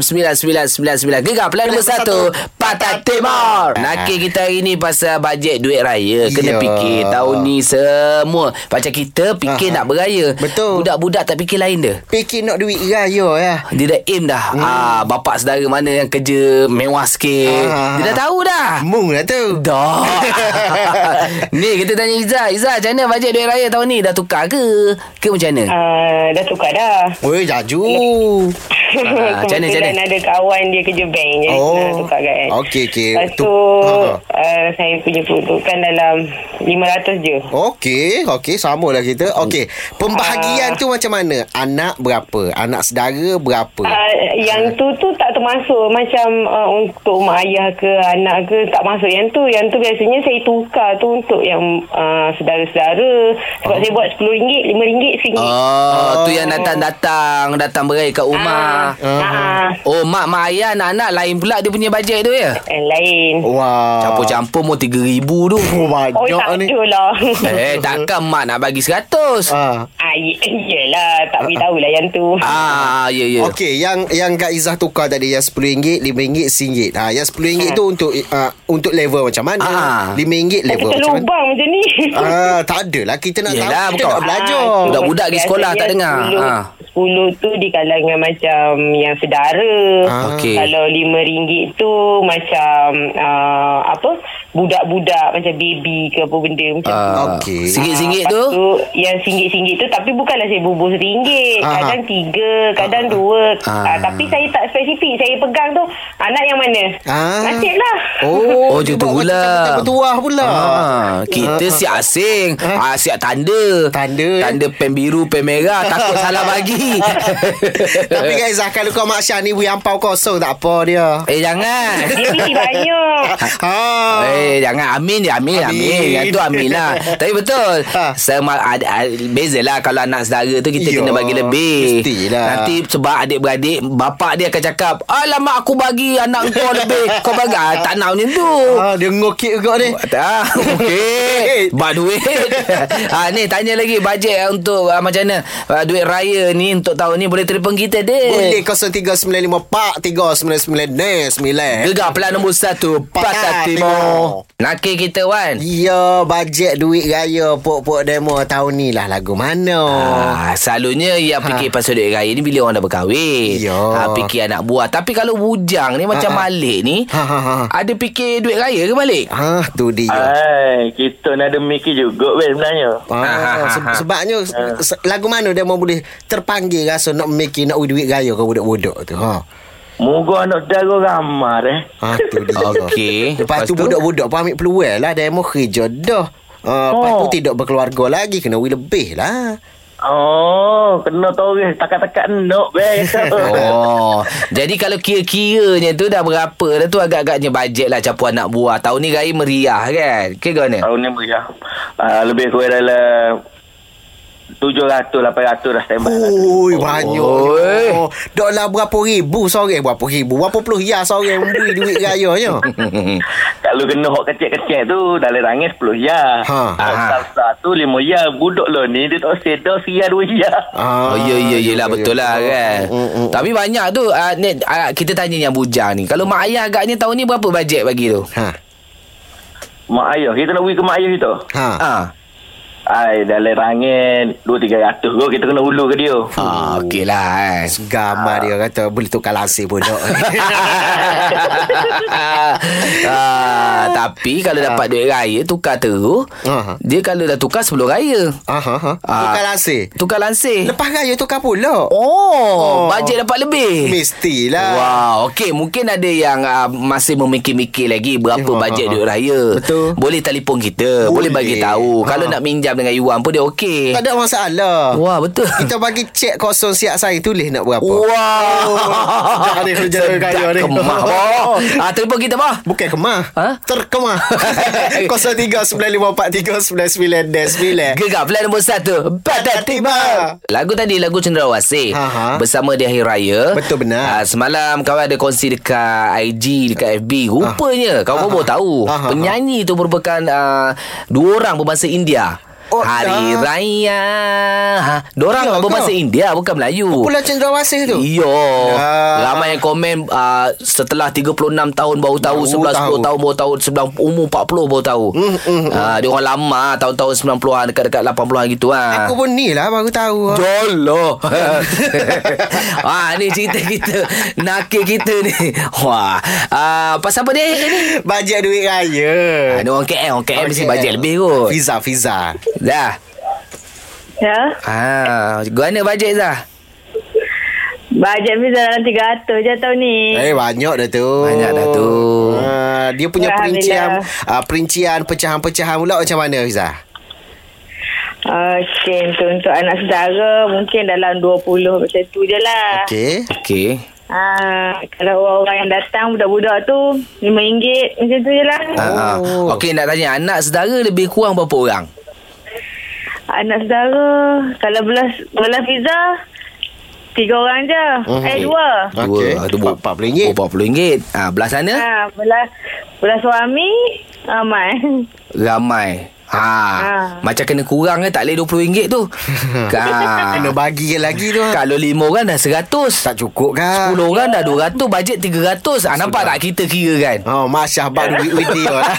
[SPEAKER 1] 0167369999. Gegar pelan nombor
[SPEAKER 2] Pelan
[SPEAKER 1] satu
[SPEAKER 2] nombor satu,
[SPEAKER 1] Patah Timur. Nakik kita hari ni pasal bajet duit raya. Kena
[SPEAKER 2] Ya.
[SPEAKER 1] fikir tahun ni semua. Macam kita fikir
[SPEAKER 2] Aha.
[SPEAKER 1] nak beraya.
[SPEAKER 2] Betul.
[SPEAKER 1] Budak-budak tak fikir lain dah.
[SPEAKER 2] Fikir nak duit raya ya.
[SPEAKER 1] Dia dah aim dah hmm. ah, Bapak saudara mana yang kerja Mewah sikit
[SPEAKER 2] Ah.
[SPEAKER 1] Dia dah tahu dah
[SPEAKER 2] Mung lah tu.
[SPEAKER 1] *laughs* Dah Ni kita tanya Izzah Izzah macam mana bajet duit raya tahun ni Dah tukar ke Ke macam mana
[SPEAKER 6] Uh, dah tukar dah.
[SPEAKER 2] Oi, jaju.
[SPEAKER 1] Oh. Ah, macam mana, macam
[SPEAKER 6] Kebetulan
[SPEAKER 1] mana?
[SPEAKER 6] ada kawan dia kerja bank Jadi
[SPEAKER 2] Oh.
[SPEAKER 6] oh. nak tukar kan
[SPEAKER 2] Okey, okey.
[SPEAKER 6] Lepas
[SPEAKER 2] Tu-
[SPEAKER 6] tu
[SPEAKER 2] Ha, ha.
[SPEAKER 6] uh, Saya punya peruntukan dalam 500 je
[SPEAKER 2] Okey, okey sama lah kita.
[SPEAKER 6] Ah.
[SPEAKER 2] Okey, pembahagian tu macam mana? Anak berapa? Anak saudara berapa?
[SPEAKER 6] Uh, yang tu tu tak termasuk Macam uh, untuk mak ayah ke anak ke tak masuk Yang tu yang tu biasanya saya tukar tu untuk yang uh, saudara-saudara Sebab saya buat RM10, RM5, RM1
[SPEAKER 2] Ah,
[SPEAKER 1] Oh, tu yang datang-datang Datang berai kat rumah
[SPEAKER 6] uh, uh,
[SPEAKER 1] Oh, mak, mak ayah, anak-anak Lain pula dia punya bajet tu ya
[SPEAKER 6] Yang lain
[SPEAKER 1] Ah.
[SPEAKER 2] Wah.
[SPEAKER 1] Campur-campur mau RM3,000 tu *laughs*
[SPEAKER 2] Oh, banyak
[SPEAKER 6] Oh tak
[SPEAKER 2] ni. *laughs*
[SPEAKER 6] adalah
[SPEAKER 1] Eh, takkan mak nak bagi RM100
[SPEAKER 2] Ah.
[SPEAKER 6] Ah, ye- yelah, tak beritahulah yang tu.
[SPEAKER 1] Ah, ya, ya
[SPEAKER 2] Okey, yang yang Kak Izzah tukar tadi yang RM10, RM5, RM1. Ha, yang
[SPEAKER 6] Ah.
[SPEAKER 2] RM10 tu untuk uh, untuk level macam mana?
[SPEAKER 1] Ah.
[SPEAKER 2] RM5
[SPEAKER 6] Tak
[SPEAKER 2] level
[SPEAKER 6] kita
[SPEAKER 2] eh, macam mana?
[SPEAKER 6] lubang macam ni.
[SPEAKER 2] Ah, tak adalah kita nak
[SPEAKER 1] Yelah,
[SPEAKER 2] tahu, kita
[SPEAKER 1] bukan-
[SPEAKER 2] nak belajar.
[SPEAKER 6] Ah, tu
[SPEAKER 1] Budak-budak pergi
[SPEAKER 6] biasanya
[SPEAKER 1] sekolah tak dengar. Ah.
[SPEAKER 6] 10, 10 tu di kalangan macam yang sedara.
[SPEAKER 2] Ah.
[SPEAKER 1] Okey.
[SPEAKER 6] Kalau RM5 tu macam ah, apa? Budak-budak macam baby ke apa benda macam tu.
[SPEAKER 1] Ah,
[SPEAKER 2] Okey.
[SPEAKER 1] Singgit-singgit
[SPEAKER 6] Lepas
[SPEAKER 1] tu
[SPEAKER 6] Yang singgit-singgit tu Tapi bukanlah saya bubur seringgit
[SPEAKER 2] Ah.
[SPEAKER 6] Kadang tiga Kadang dua
[SPEAKER 1] Ah.
[SPEAKER 6] ah. Tapi saya tak spesifik Saya pegang tu Anak yang mana
[SPEAKER 2] Ah.
[SPEAKER 6] Nasib lah
[SPEAKER 1] Oh,
[SPEAKER 2] dia
[SPEAKER 1] macam tu
[SPEAKER 2] buat
[SPEAKER 1] pula.
[SPEAKER 2] macam bertuah pula.
[SPEAKER 1] Ah, kita siap asing ah, Siap tanda
[SPEAKER 2] Tanda, eh?
[SPEAKER 1] Tanda pen biru, pen merah Takut salah *laughs* bagi
[SPEAKER 2] Tapi guys Zah Kalau kau Mak Syah ni Beri ampau kosong Tak apa dia
[SPEAKER 1] Eh, jangan *laughs*
[SPEAKER 6] Dia pilih banyak
[SPEAKER 2] Ha
[SPEAKER 1] Eh jangan amin ya amin, amin
[SPEAKER 2] Amin.
[SPEAKER 1] amin yang tu amin
[SPEAKER 2] *laughs*
[SPEAKER 1] lah. Tapi betul.
[SPEAKER 2] Ha.
[SPEAKER 1] Sama ada, ada bezalah kalau anak saudara tu kita
[SPEAKER 2] Ya,
[SPEAKER 1] kena bagi lebih.
[SPEAKER 2] mestilah.
[SPEAKER 1] Nanti sebab adik-beradik bapak dia akan cakap, "Alamak aku bagi anak kau lebih. Kau bagi ah, tak nak macam tu."
[SPEAKER 2] Ah, dia ngokit juga ni. *laughs*
[SPEAKER 1] Tak *laughs* Okey Bak duit ha, Ni tanya lagi Bajet eh, untuk uh, Macam mana uh, Duit raya ni Untuk tahun ni Boleh telefon kita dek
[SPEAKER 2] Boleh 0395439999.
[SPEAKER 1] Gegar pelan nombor satu Patah
[SPEAKER 2] Patah
[SPEAKER 1] Timur Nakir kita Wan
[SPEAKER 2] Ya, bajet duit raya pok-pok demo tahun ni lah lagu mana. Oh.
[SPEAKER 1] Ah, selalunya yang fikir pasal duit raya ni bila orang dah berkahwin.
[SPEAKER 2] Ha. Ya.
[SPEAKER 1] Ha, fikir anak buah. Tapi kalau bujang ni macam Malik ni,
[SPEAKER 2] Ha, ha, ha.
[SPEAKER 1] ada fikir duit raya ke Malik?
[SPEAKER 2] Ah, tu dia.
[SPEAKER 5] Hai, kita nak ada mikir juga weh sebenarnya.
[SPEAKER 1] Ha,
[SPEAKER 2] Ah, se- sebabnya se- lagu mana demo boleh terpanggil rasa nak make nak duit raya ke budak-budak tu. Ha.
[SPEAKER 5] Moga anak saudara ramar eh.
[SPEAKER 2] Ha tu dia.
[SPEAKER 1] *laughs* Okey.
[SPEAKER 2] Lepas,
[SPEAKER 1] Eh, Lepas
[SPEAKER 2] tu
[SPEAKER 1] tu?
[SPEAKER 2] budak-budak pun ambil peluang lah demo kerja dah. Uh, Lepas tu
[SPEAKER 5] Oh.
[SPEAKER 2] tidak berkeluarga lagi Kena wih lebih lah
[SPEAKER 5] Oh, kena toreh takat-takat
[SPEAKER 1] *laughs*
[SPEAKER 5] nak weh.
[SPEAKER 1] Oh, jadi kalau kira-kiranya tu dah berapa dah tu agak-agaknya bajet lah campur anak buah. Tahun ni raya meriah kan? Ke
[SPEAKER 2] Ya.
[SPEAKER 1] mana?
[SPEAKER 5] Tahun ni meriah. Uh, lebih kurang dalam 700 800 dah tembak.
[SPEAKER 2] Ui Oh, banyak
[SPEAKER 1] Oi.
[SPEAKER 2] oh. Dok lah berapa ribu seorang Berapa ribu Berapa puluh ya seorang Beri duit
[SPEAKER 1] *laughs*
[SPEAKER 2] rayanya
[SPEAKER 5] Kalau kena hok kecil-kecil tu dalam rangi 10 ya.
[SPEAKER 2] Ha.
[SPEAKER 5] Ha. Besar-besar tu 5 ya. Budak lo ni dia tak sedar sia 2 ya.
[SPEAKER 1] Oh,
[SPEAKER 2] ah,
[SPEAKER 1] ya, ya, ya lah. Betul lah kan.
[SPEAKER 2] Mm, mm,
[SPEAKER 1] Tapi banyak tu. Uh, ni, uh, kita tanya yang bujang ni. Kalau mak ayah agaknya tahun ni berapa bajet bagi tu?
[SPEAKER 2] Ha
[SPEAKER 5] Mak ayah kita nak pergi ke mak ayah kita.
[SPEAKER 2] Ha
[SPEAKER 1] Ha.
[SPEAKER 5] Ai dalam rangi 2 300 kot kita kena ulu ke dia.
[SPEAKER 1] Ah, okey lah kan.
[SPEAKER 2] Gambar dia kata Boleh tukar lasik
[SPEAKER 1] *laughs*
[SPEAKER 2] pun dok
[SPEAKER 1] ah, tapi kalau dapat duit raya tukar terus,
[SPEAKER 2] Ah.
[SPEAKER 1] dia kalau dah tukar sebelum raya.
[SPEAKER 2] Aha, ha.
[SPEAKER 1] Ah.
[SPEAKER 2] Tukar lasik
[SPEAKER 1] Tukar lansir.
[SPEAKER 2] Lepas raya tukar
[SPEAKER 1] Oh,
[SPEAKER 2] pula
[SPEAKER 1] oh, bajet dapat lebih.
[SPEAKER 2] Mestilah
[SPEAKER 1] Wow, okey mungkin ada yang uh, masih memikir-mikir lagi berapa
[SPEAKER 2] Ya,
[SPEAKER 1] bajet
[SPEAKER 2] ha, ha.
[SPEAKER 1] duit raya.
[SPEAKER 2] Betul.
[SPEAKER 1] Boleh telefon kita, boleh, boleh
[SPEAKER 2] Boleh.
[SPEAKER 1] bagi tahu.
[SPEAKER 2] Ha.
[SPEAKER 1] Kalau nak minjam Mariam dengan Iwan pun dia okey.
[SPEAKER 2] Tak ada masalah.
[SPEAKER 1] Wah, betul.
[SPEAKER 2] Kita bagi cek kosong siap saya tulis nak berapa.
[SPEAKER 1] *laughs* Wow.
[SPEAKER 2] Sedap ni kerja kaya ni. *laughs*
[SPEAKER 1] Kemah, boh. Ah, telefon kita, boh.
[SPEAKER 2] Bukan kemah.
[SPEAKER 1] Ha? *laughs*
[SPEAKER 2] Terkemah. 0395439999.
[SPEAKER 1] Gegar Plan nombor 1 Badan Tiba Lagu tadi Lagu Cendrawasih
[SPEAKER 2] Aha.
[SPEAKER 1] Bersama di Hari Raya
[SPEAKER 2] Betul benar.
[SPEAKER 1] Ah, Semalam kawan ada kongsi Dekat IG Dekat FB Rupanya Kawan pun baru tahu
[SPEAKER 2] Ah. Aha.
[SPEAKER 1] Penyanyi itu merupakan ah, Dua orang berbahasa India
[SPEAKER 2] Oh,
[SPEAKER 1] Hari
[SPEAKER 2] dah.
[SPEAKER 1] Raya ha, Diorang
[SPEAKER 2] Ya ke?
[SPEAKER 1] berbahasa India Bukan Melayu
[SPEAKER 2] Pulau Cendrawasih tu.
[SPEAKER 1] Yo,
[SPEAKER 2] Ah.
[SPEAKER 1] ramai yang komen uh, setelah 36 tahun baru tahu,
[SPEAKER 2] Baru
[SPEAKER 1] sebelah
[SPEAKER 2] tahu.
[SPEAKER 1] 10 tahun baru tahu, sebelah umur 40 baru tahu. Mm, mm, uh, dia orang lama tahun-tahun 90-an dekat-dekat 80-an gitu ah.
[SPEAKER 2] Aku pun ni lah baru tahu.
[SPEAKER 1] Jolo. *laughs* ah ni cerita kita, nakik kita ni. Wah, uh, pasal apa dia ni?
[SPEAKER 2] Bajet duit raya.
[SPEAKER 1] Ada orang KL, orang KL
[SPEAKER 2] Okey.
[SPEAKER 1] Ah, mesti bajet lebih kot.
[SPEAKER 2] Fiza, Fiza.
[SPEAKER 1] Dah.
[SPEAKER 6] Ya.
[SPEAKER 1] Ah, guna bajet Zah?
[SPEAKER 6] Bajet Fiza dalam 300 je tahun ni.
[SPEAKER 2] Eh banyak dah tu.
[SPEAKER 1] Banyak dah tu.
[SPEAKER 2] Ah, dia punya perincian
[SPEAKER 6] Alhamdulillah.
[SPEAKER 2] uh, perincian pecahan-pecahan pula macam mana Fiza?
[SPEAKER 6] Okey, untuk, untuk anak saudara mungkin dalam 20 macam tu je lah.
[SPEAKER 2] Okey.
[SPEAKER 1] Okey.
[SPEAKER 6] Ah, kalau orang-orang yang datang budak-budak tu RM5 macam tu je lah.
[SPEAKER 1] Ah, ah. Okey nak tanya anak saudara lebih kurang berapa orang?
[SPEAKER 6] Anak saudara kalau belas belas pizza tiga orang je.
[SPEAKER 2] Mhm.
[SPEAKER 6] Mm-hmm. Eh dua.
[SPEAKER 2] Okey.
[SPEAKER 1] Dua, tu bu-
[SPEAKER 2] RM40.
[SPEAKER 1] RM40. Ah, belah sana ha.
[SPEAKER 6] Ha, belas belas suami ramai. *laughs*
[SPEAKER 1] ramai. Ha. ha.
[SPEAKER 6] Ha.
[SPEAKER 1] Macam kena kurang ke tak boleh RM20
[SPEAKER 2] *laughs*
[SPEAKER 1] tu. ha.
[SPEAKER 2] Kena bagi lagi tu. ah.
[SPEAKER 1] Kalau lima orang dah seratus.
[SPEAKER 2] Tak cukup kan?
[SPEAKER 1] Sepuluh orang dah dua ratus. Bajet tiga ratus. Ah, nampak tak kita kira kan?
[SPEAKER 2] Oh, Masya abang duit with dia. lah.
[SPEAKER 1] *laughs*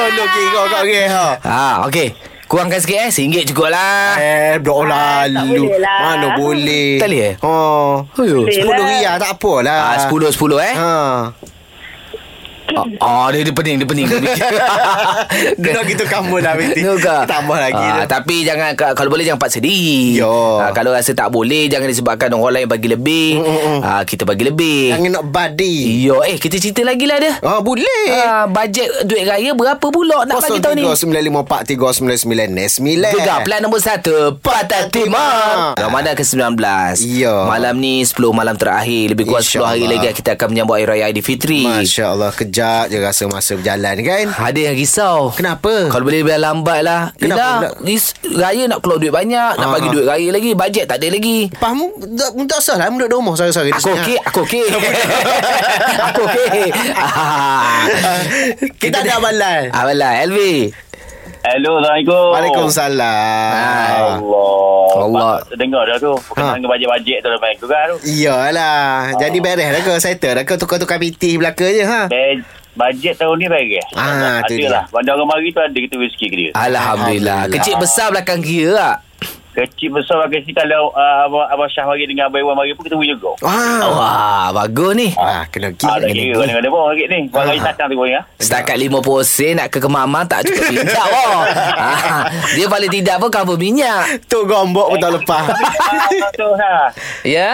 [SPEAKER 2] Tolong kira kau orang ha.
[SPEAKER 1] Ha, okey. Kurangkan sikit eh. RM1 cukup lah.
[SPEAKER 2] Eh, dok
[SPEAKER 6] Ah, tak
[SPEAKER 2] lalu.
[SPEAKER 6] boleh lah.
[SPEAKER 2] Mana boleh.
[SPEAKER 1] Tak boleh, eh?
[SPEAKER 2] Oh.
[SPEAKER 1] Ayuh.
[SPEAKER 6] Boleh
[SPEAKER 2] Sepuluh
[SPEAKER 6] lah.
[SPEAKER 2] ria tak apalah.
[SPEAKER 1] Ah, sepuluh, sepuluh eh.
[SPEAKER 2] Ha.
[SPEAKER 1] Ah, ah, dia, dia pening, dia
[SPEAKER 2] *laughs*
[SPEAKER 1] pening.
[SPEAKER 2] Kena gitu kamu lah *laughs* Binti.
[SPEAKER 1] Nuka.
[SPEAKER 2] Tambah lagi.
[SPEAKER 1] Ah,
[SPEAKER 2] dia.
[SPEAKER 1] tapi jangan kalau boleh jangan paksa diri.
[SPEAKER 2] Yo. Mm,
[SPEAKER 1] Ah, kalau rasa tak boleh jangan disebabkan orang lain bagi lebih. Ah, kita bagi lebih.
[SPEAKER 2] Jangan nak badi.
[SPEAKER 1] Yo, eh kita cerita lagi lah dia.
[SPEAKER 2] Ah, boleh.
[SPEAKER 1] Ah, bajet duit raya berapa pula nak bagi tahu ni?
[SPEAKER 2] 0395439999.
[SPEAKER 1] Gegar plan nombor 1 Patah Timur
[SPEAKER 2] Timur.
[SPEAKER 1] Ramadan ke-19
[SPEAKER 2] Ya.
[SPEAKER 1] Malam ni 10 malam terakhir Lebih kurang 10 hari
[SPEAKER 2] InsyaAllah.
[SPEAKER 1] lagi Kita akan menyambut Hari Raya Aidilfitri
[SPEAKER 2] Masya Allah Kejap je rasa masa berjalan kan
[SPEAKER 1] Ada yang risau
[SPEAKER 2] Kenapa?
[SPEAKER 1] Kalau boleh biar lambat lah
[SPEAKER 2] Hmm. Kenapa
[SPEAKER 1] Yelah ris- Raya nak keluar duit banyak Nak
[SPEAKER 2] Ah.
[SPEAKER 1] bagi duit raya lagi Bajet tak ada lagi
[SPEAKER 2] Pahamu tak, tak usah lah Duduk di ha. rumah sore-sore
[SPEAKER 1] Aku okey Aku okey *laughs* Aku
[SPEAKER 2] *laughs*
[SPEAKER 1] okey Ah.
[SPEAKER 2] Kita ada balai
[SPEAKER 1] Abalah Elvi Oh.
[SPEAKER 5] Hello, Assalamualaikum.
[SPEAKER 2] Waalaikumsalam
[SPEAKER 5] Allah.
[SPEAKER 1] Allah.
[SPEAKER 5] Patut Dengar dah tu.
[SPEAKER 2] Ha.
[SPEAKER 5] Berkenaan dengan bajet-bajet tu dah main tu kan tu.
[SPEAKER 2] Iyalah Jadi beres dah kau Settle dah kau Tukar-tukar pitih belaka je ha?
[SPEAKER 5] Eh, Bajet tahun ni baik eh?
[SPEAKER 2] Ah, tu dia. Ah,
[SPEAKER 5] Adalah. Bandar kemari tu ada kita rezeki ke dia.
[SPEAKER 1] Alhamdulillah
[SPEAKER 2] Alhamdulillah.
[SPEAKER 1] Kecil besar belakang kira tak
[SPEAKER 5] Kecil besar bagai si kalau uh, Abang, Abang Syah mari dengan Abang Iwan mari pun kita boleh juga.
[SPEAKER 1] Ah.
[SPEAKER 2] Wah
[SPEAKER 1] Wah bagus ni
[SPEAKER 2] Wah Kena
[SPEAKER 5] Ah,
[SPEAKER 2] gila
[SPEAKER 5] tak kira mana-mana pun ringgit ni. Kau lagi datang tu ya.
[SPEAKER 1] Setakat RM50 nak ke kemamang tak
[SPEAKER 2] *laughs*
[SPEAKER 1] cukup minyak oh. ah, Dia paling tidak pun cover minyak
[SPEAKER 2] Tu gombok pun tak lepas
[SPEAKER 5] Ah, tu ha.
[SPEAKER 1] Ya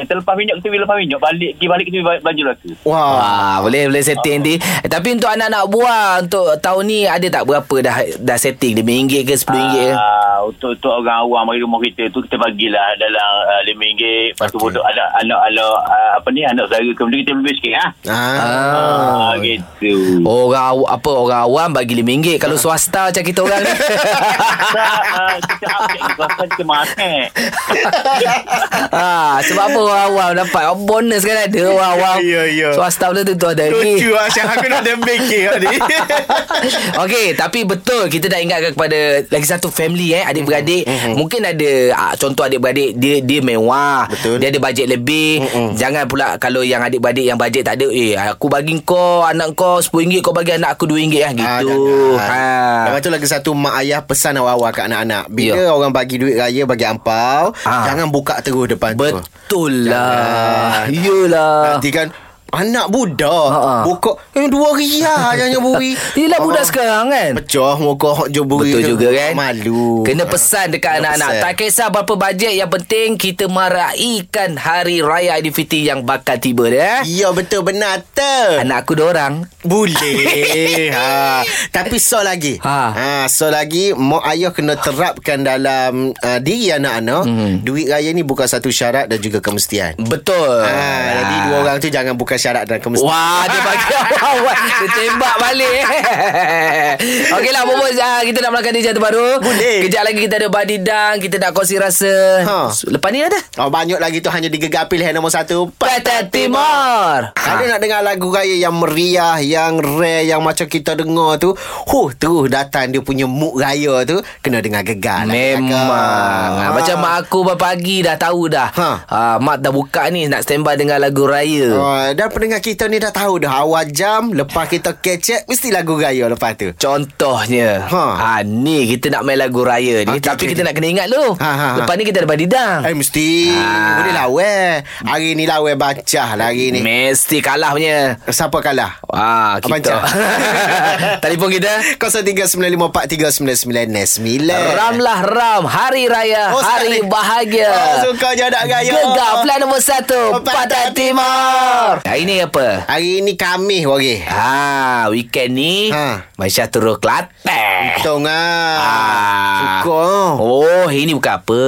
[SPEAKER 5] Kita lepas minyak, kita lepas minyak. Balik, pergi balik, kita baju lelaki.
[SPEAKER 2] Wah
[SPEAKER 1] Wah, Ah, boleh boleh setting ni. Eh, tapi untuk anak-anak buah untuk tahun ni ada tak berapa dah dah setting RM5 ke RM10 ke?
[SPEAKER 5] Ah, untuk untuk orang awam mari rumah kita tu kita bagilah dalam ah, RM5. Lepas tu
[SPEAKER 2] Okey.
[SPEAKER 5] bodoh anak anak anak ah, apa ni anak saudara kemudian kita lebih sikit ah.
[SPEAKER 2] Ah,
[SPEAKER 5] Ah,
[SPEAKER 1] Ah.
[SPEAKER 5] gitu.
[SPEAKER 1] Orang aw- apa orang awam bagi RM5. Kalau swasta macam kita orang ni. *laughs*
[SPEAKER 5] Kita ah, kita update kita rasa kita makan.
[SPEAKER 1] ah, sebab apa orang awam dapat oh, bonus kan ada orang awam.
[SPEAKER 2] Ya, ya.
[SPEAKER 1] Swasta pula tentu ada lagi.
[SPEAKER 2] Lucu lah Syah Aku nak dembeki kau ni
[SPEAKER 1] *laughs* Okey, tapi betul kita dah ingatkan kepada lagi satu family eh,
[SPEAKER 2] Mhm.
[SPEAKER 1] adik-beradik. Mm-hmm. Mungkin ada ah, contoh adik-beradik dia dia mewah,
[SPEAKER 2] Betul. Mhm.
[SPEAKER 1] dia ada bajet lebih. Mm-hmm. Jangan pula kalau yang adik-beradik yang bajet tak ada, eh aku bagi kau anak kau RM10, kau bagi anak aku RM2 ah gitu.
[SPEAKER 2] ha. Lepas
[SPEAKER 1] Ha.
[SPEAKER 2] tu lagi satu Mak ayah pesan awal-awal Kat anak-anak Bila
[SPEAKER 1] Ya.
[SPEAKER 2] orang bagi duit raya Bagi ampau
[SPEAKER 1] Ah.
[SPEAKER 2] Jangan buka terus depan tu
[SPEAKER 1] Betul lah. Iyalah.
[SPEAKER 2] Nanti kan Anak budak uh-huh. Buka eh, Dua ria Jangan buri
[SPEAKER 1] Yelah budak sekarang kan
[SPEAKER 2] Pecah lah, muka Hok je buri
[SPEAKER 1] Betul juga kan
[SPEAKER 2] Malu
[SPEAKER 1] Kena pesan dekat
[SPEAKER 2] Kena
[SPEAKER 1] anak-anak
[SPEAKER 2] pesan.
[SPEAKER 1] Tak kisah berapa bajet Yang penting kita meraikan Hari Raya Aidilfitri Yang bakal tiba dia eh?
[SPEAKER 2] Ya betul benar tu
[SPEAKER 1] Anak aku dorang *laughs*
[SPEAKER 2] Boleh ha. Tapi so lagi
[SPEAKER 1] Ha.
[SPEAKER 2] ha. So lagi Mak ayah kena terapkan dalam uh, Diri anak-anak
[SPEAKER 1] Mhm.
[SPEAKER 2] mm. Duit raya ni bukan satu syarat Dan juga kemestian
[SPEAKER 1] Betul
[SPEAKER 2] ha. Jadi dua orang tu Jangan bukan syarat dan kemestian
[SPEAKER 1] Wah, dia bagi *laughs* awal-awal. Dia tembak balik. eh. *laughs* Okeylah, Bobo. ah, Kita nak melakukan DJ terbaru.
[SPEAKER 2] Boleh.
[SPEAKER 1] Kejap lagi kita ada badidang. Kita nak kongsi rasa.
[SPEAKER 2] Ha.
[SPEAKER 1] Lepas ni ada.
[SPEAKER 2] Oh, banyak lagi tu hanya digegar pilihan nombor satu
[SPEAKER 1] Pantai Timur.
[SPEAKER 2] Ha. Ada nak dengar lagu raya yang meriah, yang rare, yang macam kita dengar tu. Huh, terus datang dia punya mood raya tu. Kena dengar gegar lah.
[SPEAKER 1] Memang ha.
[SPEAKER 2] Ha.
[SPEAKER 1] Macam mak aku pagi dah tahu dah ha.
[SPEAKER 2] Ha.
[SPEAKER 1] Mak dah buka ni Nak standby dengan lagu raya ha.
[SPEAKER 2] Oh, dan pendengar kita ni dah tahu dah awal jam lepas kita kecek mesti lagu raya lepas tu.
[SPEAKER 1] Contohnya ha.
[SPEAKER 2] Ha. Ah,
[SPEAKER 1] ha. Ni kita nak main lagu raya ni okay, Tapi
[SPEAKER 2] Okey,
[SPEAKER 1] okay.
[SPEAKER 2] okey,
[SPEAKER 1] kita
[SPEAKER 2] okey.
[SPEAKER 1] nak kena ingat dulu
[SPEAKER 2] Ha, ha, ha.
[SPEAKER 1] Lepas ni kita ada badidang
[SPEAKER 2] Eh mesti
[SPEAKER 1] Ah.
[SPEAKER 2] Boleh lawe Hari ni lawe bacah lah hari ni
[SPEAKER 1] Mesti kalah punya
[SPEAKER 2] Siapa kalah?
[SPEAKER 1] Wah,
[SPEAKER 2] Abang
[SPEAKER 1] kita.
[SPEAKER 2] Cah.
[SPEAKER 1] *laughs* Telefon kita
[SPEAKER 2] 0395439969
[SPEAKER 1] Ramlah Ram Hari Raya
[SPEAKER 2] Eh. Oh,
[SPEAKER 1] Hari
[SPEAKER 2] sekali.
[SPEAKER 1] Bahagia
[SPEAKER 2] Oh, suka je nak raya.
[SPEAKER 1] Gegar Plan nombor 1
[SPEAKER 2] Pantai
[SPEAKER 1] Pantai Timur Hari ni apa?
[SPEAKER 2] Hari ni Khamis wari
[SPEAKER 1] Ha, weekend ni ha.
[SPEAKER 2] Ha.
[SPEAKER 1] Masya turun Kelantan
[SPEAKER 2] Tong
[SPEAKER 1] Ah.
[SPEAKER 2] ah. Suka
[SPEAKER 1] Oh, ini bukan apa.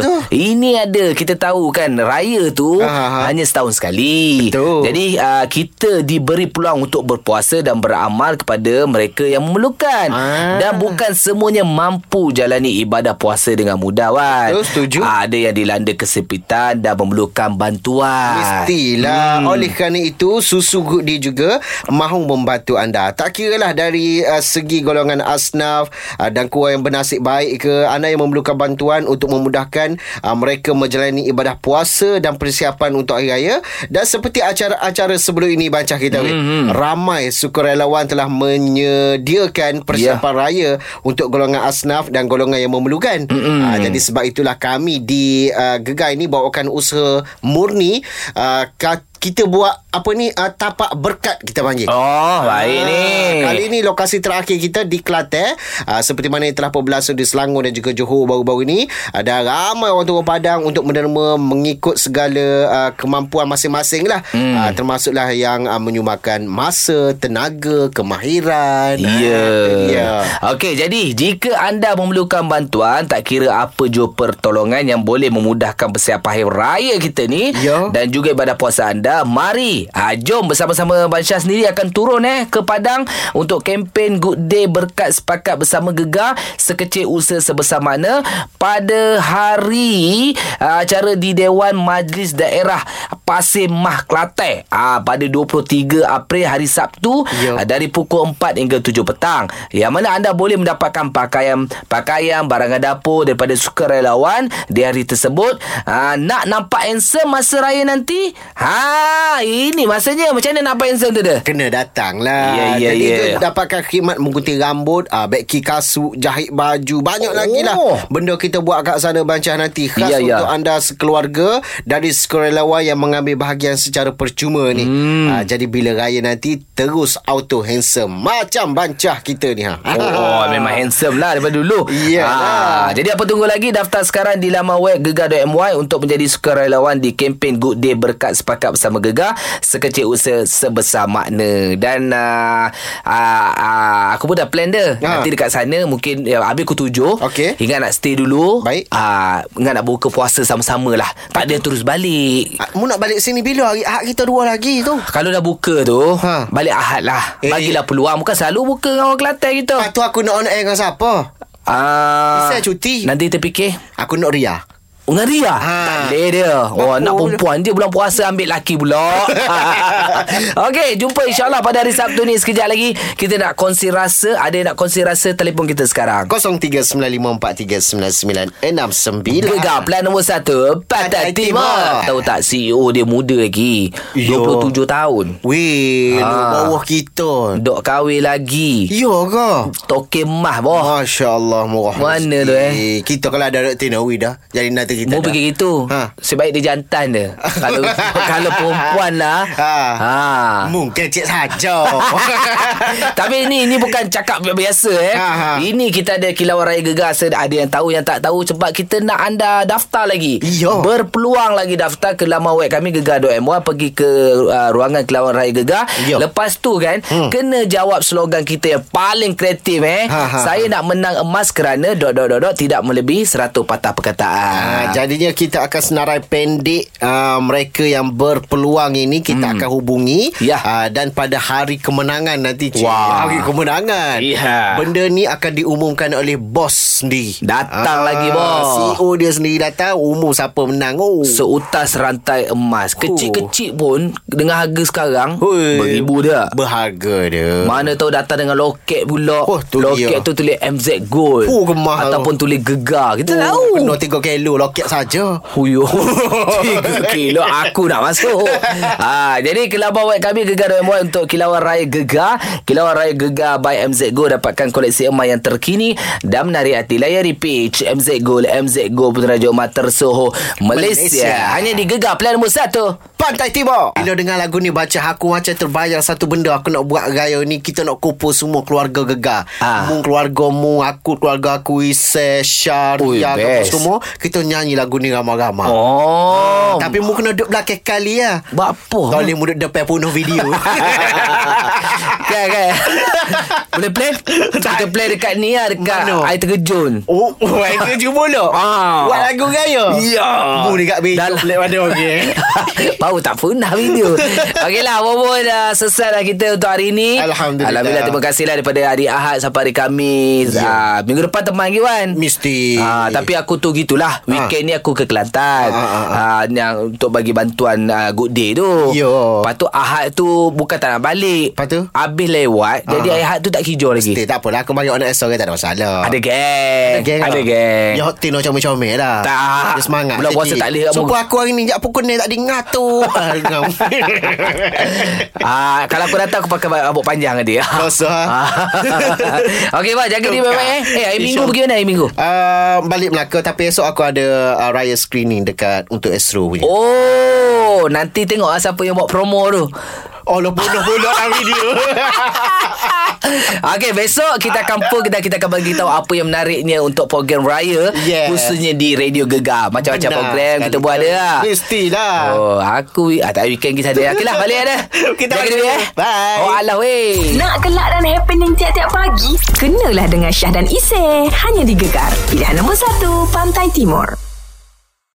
[SPEAKER 2] tu?
[SPEAKER 1] Ini ada kita tahu kan raya tu
[SPEAKER 2] Ha, ha, ha.
[SPEAKER 1] hanya setahun sekali.
[SPEAKER 2] Betul.
[SPEAKER 1] Jadi uh, kita diberi peluang untuk berpuasa dan beramal kepada mereka yang memerlukan.
[SPEAKER 2] Ah.
[SPEAKER 1] Dan bukan semuanya mampu jalani ibadah puasa dengan mudah wan.
[SPEAKER 2] Betul, setuju.
[SPEAKER 1] Ah, ada yang dilanda kesempitan dan memerlukan bantuan.
[SPEAKER 2] Oh, Mestilah hmm. Oleh kerana itu Susu Good Day juga Mahu membantu anda Tak kira lah dari uh, segi golongan asnaf uh, Dan keluar yang bernasib baik ke Anda yang memerlukan bantuan Untuk memudahkan uh, mereka menjalani ibadah puasa Dan persiapan untuk Hari Raya Dan seperti acara-acara sebelum ini Baca kita hmm. Ramai sukarelawan telah menyediakan Persiapan yeah. raya Untuk golongan asnaf Dan golongan yang memerlukan hmm. uh, Jadi sebab itulah kami di uh, Gegai ni Bawakan usaha murni uh, ka- kita buat apa ni uh, tapak berkat kita panggil.
[SPEAKER 1] Oh, baik
[SPEAKER 2] Ah,
[SPEAKER 1] ni.
[SPEAKER 2] Kali ni lokasi terakhir kita di Kelantan uh, seperti mana yang telah pun berlangsung di Selangor dan juga Johor baru-baru ini ada ramai orang turun padang untuk menerima mengikut segala uh, kemampuan masing-masing lah hmm. uh, termasuklah yang uh, menyumbangkan masa, tenaga, kemahiran.
[SPEAKER 1] Ya.
[SPEAKER 2] Ah,
[SPEAKER 1] Ya.
[SPEAKER 2] yeah.
[SPEAKER 1] Okey, jadi jika anda memerlukan bantuan, tak kira apa jua pertolongan yang boleh memudahkan persiapan hari raya kita ni
[SPEAKER 2] Ya.
[SPEAKER 1] dan juga ibadah puasa anda, mari. Ha, jom bersama-sama Bansyah sendiri akan turun eh ke Padang untuk kempen Good Day Berkat Sepakat Bersama Gegar sekecil usaha sebesar mana pada hari ah, acara di Dewan Majlis Daerah Pasir Mah Kelantan ah, pada 23 April hari Sabtu
[SPEAKER 2] Ya.
[SPEAKER 1] ah, dari pukul 4 hingga 7 petang yang mana anda boleh mendapatkan pakaian pakaian barangan dapur daripada sukarelawan di hari tersebut ha, nak nampak handsome masa raya nanti ha ini masanya macam mana nak nampak handsome tu dia
[SPEAKER 2] Kena datang lah
[SPEAKER 1] Ya, ya,
[SPEAKER 2] Jadi
[SPEAKER 1] ya.
[SPEAKER 2] tu dapatkan khidmat Menggunting rambut uh, Beki kasut Jahit baju Banyak oh. lagi lah
[SPEAKER 1] Oh.
[SPEAKER 2] Benda kita buat kat sana Bancah nanti Khas
[SPEAKER 1] Ya,
[SPEAKER 2] ya,
[SPEAKER 1] ya.
[SPEAKER 2] untuk anda sekeluarga Dari sukarelawan Yang mengambil bahagian Secara percuma ni hmm. uh, Jadi bila raya nanti Terus auto handsome Macam bancah kita ni ha. *laughs*
[SPEAKER 1] Oh, oh memang handsome lah daripada dulu.
[SPEAKER 2] Iyalah.
[SPEAKER 1] Ah, jadi apa tunggu lagi daftar sekarang di laman web gegar.my untuk menjadi sukarelawan di kempen Good Day Berkat Sepakat Bersama Gegar sekecil usaha sebesar makna. Dan ah, ah, ah, aku pun dah plan dah.
[SPEAKER 2] Ha.
[SPEAKER 1] Nanti dekat sana mungkin ya, habis pukul tujuh.
[SPEAKER 2] Okey.
[SPEAKER 1] Ingat nak stay dulu.
[SPEAKER 2] Baik.
[SPEAKER 1] Ah, ingat nak buka puasa sama-sama lah. Tak ada terus balik.
[SPEAKER 2] Ah, Mu nak balik sini bila hari Ahad kita dua lagi tu
[SPEAKER 1] Kalau dah buka tu
[SPEAKER 2] Ha.
[SPEAKER 1] Balik ahad lah
[SPEAKER 2] Eh.
[SPEAKER 1] Bagilah peluang Bukan selalu buka dengan orang Kelantan kita
[SPEAKER 2] Ah, tu aku nak on air dengan siapa
[SPEAKER 1] Ya. Ah,
[SPEAKER 2] Bisa cuti.
[SPEAKER 1] Nanti kita fikir
[SPEAKER 2] Aku nak Ria
[SPEAKER 1] Ngeri lah ha.
[SPEAKER 2] Ha.
[SPEAKER 1] Tak boleh dia Oh
[SPEAKER 2] Mampu
[SPEAKER 1] nak perempuan dia Bulan puasa ambil laki
[SPEAKER 2] *laughs*
[SPEAKER 1] pula Okey Jumpa insyaAllah pada hari Sabtu ni Sekejap lagi Kita nak kongsi rasa Ada yang nak kongsi rasa Telefon kita sekarang
[SPEAKER 2] 0395439969
[SPEAKER 1] Gegar plan nombor satu Pantai
[SPEAKER 2] Pantai
[SPEAKER 1] Timur
[SPEAKER 2] Timur.
[SPEAKER 1] Tahu tak CEO dia muda lagi
[SPEAKER 2] Yo.
[SPEAKER 1] 27 tahun
[SPEAKER 2] Weh, ha.
[SPEAKER 1] Ah.
[SPEAKER 2] bawah kita.
[SPEAKER 1] Dok kahwin lagi
[SPEAKER 2] Ya ke?
[SPEAKER 1] Toke mah boh
[SPEAKER 2] Masya Allah murah
[SPEAKER 1] Oh. Mana
[SPEAKER 2] rezeki.
[SPEAKER 1] tu, eh?
[SPEAKER 2] Kita kalau ada Rek Tinawi dah Jadi nanti kata kita
[SPEAKER 1] Mu
[SPEAKER 2] dah.
[SPEAKER 1] fikir gitu
[SPEAKER 2] Ha.
[SPEAKER 1] ha. Sebaik dia jantan dia
[SPEAKER 2] *laughs*
[SPEAKER 1] Kalau kalau perempuan lah
[SPEAKER 2] Ha.
[SPEAKER 1] ha.
[SPEAKER 2] Mungkin
[SPEAKER 1] *laughs*
[SPEAKER 2] cik saja
[SPEAKER 1] Tapi ini ini bukan cakap biasa eh.
[SPEAKER 2] Ha, ha.
[SPEAKER 1] Ini kita ada kilauan raya gegar Se- ada yang tahu yang tak tahu sebab kita nak anda daftar lagi.
[SPEAKER 2] Iya.
[SPEAKER 1] Berpeluang lagi daftar ke laman web kami gegar.my pergi ke uh, ruangan kilauan raya gegar.
[SPEAKER 2] Iya.
[SPEAKER 1] Lepas tu kan
[SPEAKER 2] Hmm.
[SPEAKER 1] hmm. kena jawab slogan kita yang paling kreatif eh.
[SPEAKER 2] Ha, ha,
[SPEAKER 1] Saya
[SPEAKER 2] ha.
[SPEAKER 1] nak menang emas kerana dot dot dot, dot tidak melebihi 100 patah perkataan.
[SPEAKER 2] Ah, jadinya kita akan senarai pendek uh, mereka yang berpeluang ini kita hmm. akan hubungi
[SPEAKER 1] Ya.
[SPEAKER 2] Ah, dan pada hari kemenangan nanti cik
[SPEAKER 1] Wah.
[SPEAKER 2] hari kemenangan
[SPEAKER 1] Ya.
[SPEAKER 2] benda ni akan diumumkan oleh bos sendiri Ah,
[SPEAKER 1] Datang lagi, bos.
[SPEAKER 2] CEO dia sendiri datang umum siapa menang oh
[SPEAKER 1] Seutas rantai emas Kecil-kecil pun Dengan harga sekarang
[SPEAKER 2] Hui.
[SPEAKER 1] Beribu dah
[SPEAKER 2] berharga dia
[SPEAKER 1] Mana tahu datang dengan loket pula.
[SPEAKER 2] Oh, tu
[SPEAKER 1] loket
[SPEAKER 2] dia.
[SPEAKER 1] tu tulis MZ Gold.
[SPEAKER 2] Oh, gemah.
[SPEAKER 1] Ataupun tulis gegar. Kita tahu.
[SPEAKER 2] Oh, Kena 3 kilo loket saja *laughs*
[SPEAKER 1] Huyo Tiga kilo Aku nak masuk ha, Jadi Kelabang web kami Gegar dan Muat Untuk Kilauan Raya Gegar Kilauan Raya Gegar By MZ Go Dapatkan koleksi emas yang terkini Dan menarik hati Layari page MZ Gold MZ Go Puteraja Mater Soho Malaysia.
[SPEAKER 2] Malaysia.
[SPEAKER 1] Hanya di Gegar Pilihan nombor satu
[SPEAKER 2] Pantai Timur Bila dengar lagu ni Baca aku macam terbayang Satu benda aku nak buat raya ni Kita nak kumpul semua keluarga gegar
[SPEAKER 1] Ah.
[SPEAKER 2] Mung keluarga mu Aku keluarga aku Isai
[SPEAKER 1] Ui,
[SPEAKER 2] Syariah
[SPEAKER 1] best.
[SPEAKER 2] Semua Kita nyanyi lagu ni ramai-ramai
[SPEAKER 1] Oh
[SPEAKER 2] Tapi mu kena duduk belakang kali ya
[SPEAKER 1] Buat apa?
[SPEAKER 2] Kau boleh mu duduk depan penuh
[SPEAKER 1] *laughs*
[SPEAKER 2] video *laughs*
[SPEAKER 1] kan kan Boleh
[SPEAKER 2] *laughs*
[SPEAKER 1] play? Kita play dekat ni lah Dekat
[SPEAKER 2] Mana?
[SPEAKER 1] air
[SPEAKER 2] *laughs*
[SPEAKER 1] terjun
[SPEAKER 2] Oh, main kerja pula.
[SPEAKER 1] Ah.
[SPEAKER 2] Buat lagu raya.
[SPEAKER 1] Ya. lah.
[SPEAKER 2] Mu dekat beja
[SPEAKER 1] Dalam-
[SPEAKER 2] pelik pada okey.
[SPEAKER 1] lah.
[SPEAKER 2] *laughs*
[SPEAKER 1] Baru tak pernah video Okeylah Bobo dah selesai dah kita untuk hari ini
[SPEAKER 2] Alhamdulillah. Ya.
[SPEAKER 1] Alhamdulillah terima kasihlah Daripada hari Ahad sampai hari Kamis yeah. Minggu depan teman lagi Wan
[SPEAKER 2] Mesti.
[SPEAKER 1] Ah, Tapi aku tu gitulah Weekend ni aku ke Kelantan
[SPEAKER 2] Ah, ah,
[SPEAKER 1] Ah, Yang untuk bagi bantuan ah, Good day tu
[SPEAKER 2] Yo.
[SPEAKER 1] Lepas tu Ahad tu Bukan tak nak balik
[SPEAKER 2] Lepas tu?
[SPEAKER 1] Habis lewat Jadi
[SPEAKER 2] Ah.
[SPEAKER 1] Ahad tu tak hijau lagi
[SPEAKER 2] Tak apalah Aku panggil orang SO Tak ada masalah
[SPEAKER 1] Ada geng
[SPEAKER 2] Ah. Ada
[SPEAKER 1] Eh,
[SPEAKER 2] geng
[SPEAKER 1] Ada
[SPEAKER 2] tak?
[SPEAKER 1] geng
[SPEAKER 2] Ya hati nak comel-comel lah
[SPEAKER 1] Tak.
[SPEAKER 2] Dia semangat
[SPEAKER 1] Bulan puasa tak boleh kat
[SPEAKER 2] Sumpah
[SPEAKER 1] muka.
[SPEAKER 2] aku hari ni Jak pukul ni tak dengar
[SPEAKER 1] *laughs*
[SPEAKER 2] tu Ah, dengar.
[SPEAKER 1] Ah, kalau aku datang aku pakai rambut panjang
[SPEAKER 2] *laughs*
[SPEAKER 1] dengan dia.
[SPEAKER 2] Rasa, ha?
[SPEAKER 1] *laughs* Okey bang, jaga diri baik-baik eh. Eh, hari minggu pergi mana hari minggu?
[SPEAKER 2] *laughs* Ah, Balik Melaka Tapi esok aku ada uh, Raya screening dekat Untuk Astro punya
[SPEAKER 1] Oh, nanti tengok lah siapa yang buat promo tu. *laughs*
[SPEAKER 2] Oh lo bunuh-bunuh dalam video
[SPEAKER 1] Okey, besok kita
[SPEAKER 2] *laughs*
[SPEAKER 1] akan pun kita kita akan bagi tahu apa yang menariknya untuk program raya
[SPEAKER 2] Yeah.
[SPEAKER 1] khususnya di Radio Gegar. Macam-macam
[SPEAKER 2] Benar
[SPEAKER 1] program kita
[SPEAKER 2] sekali.
[SPEAKER 1] buat ada lah.
[SPEAKER 2] Mestilah
[SPEAKER 1] Oh, aku ah, tak weekend kita ada. Okeylah, balik ada.
[SPEAKER 2] *laughs* Kita
[SPEAKER 1] jaga
[SPEAKER 2] balik.
[SPEAKER 1] diri eh.
[SPEAKER 2] Bye.
[SPEAKER 1] Oh, alah weh.
[SPEAKER 4] Nak gelak dan happening tiap-tiap pagi? Kenalah dengan Syah dan Isy. Hanya di Gegar. Pilihan nombor 1, Pantai Timur.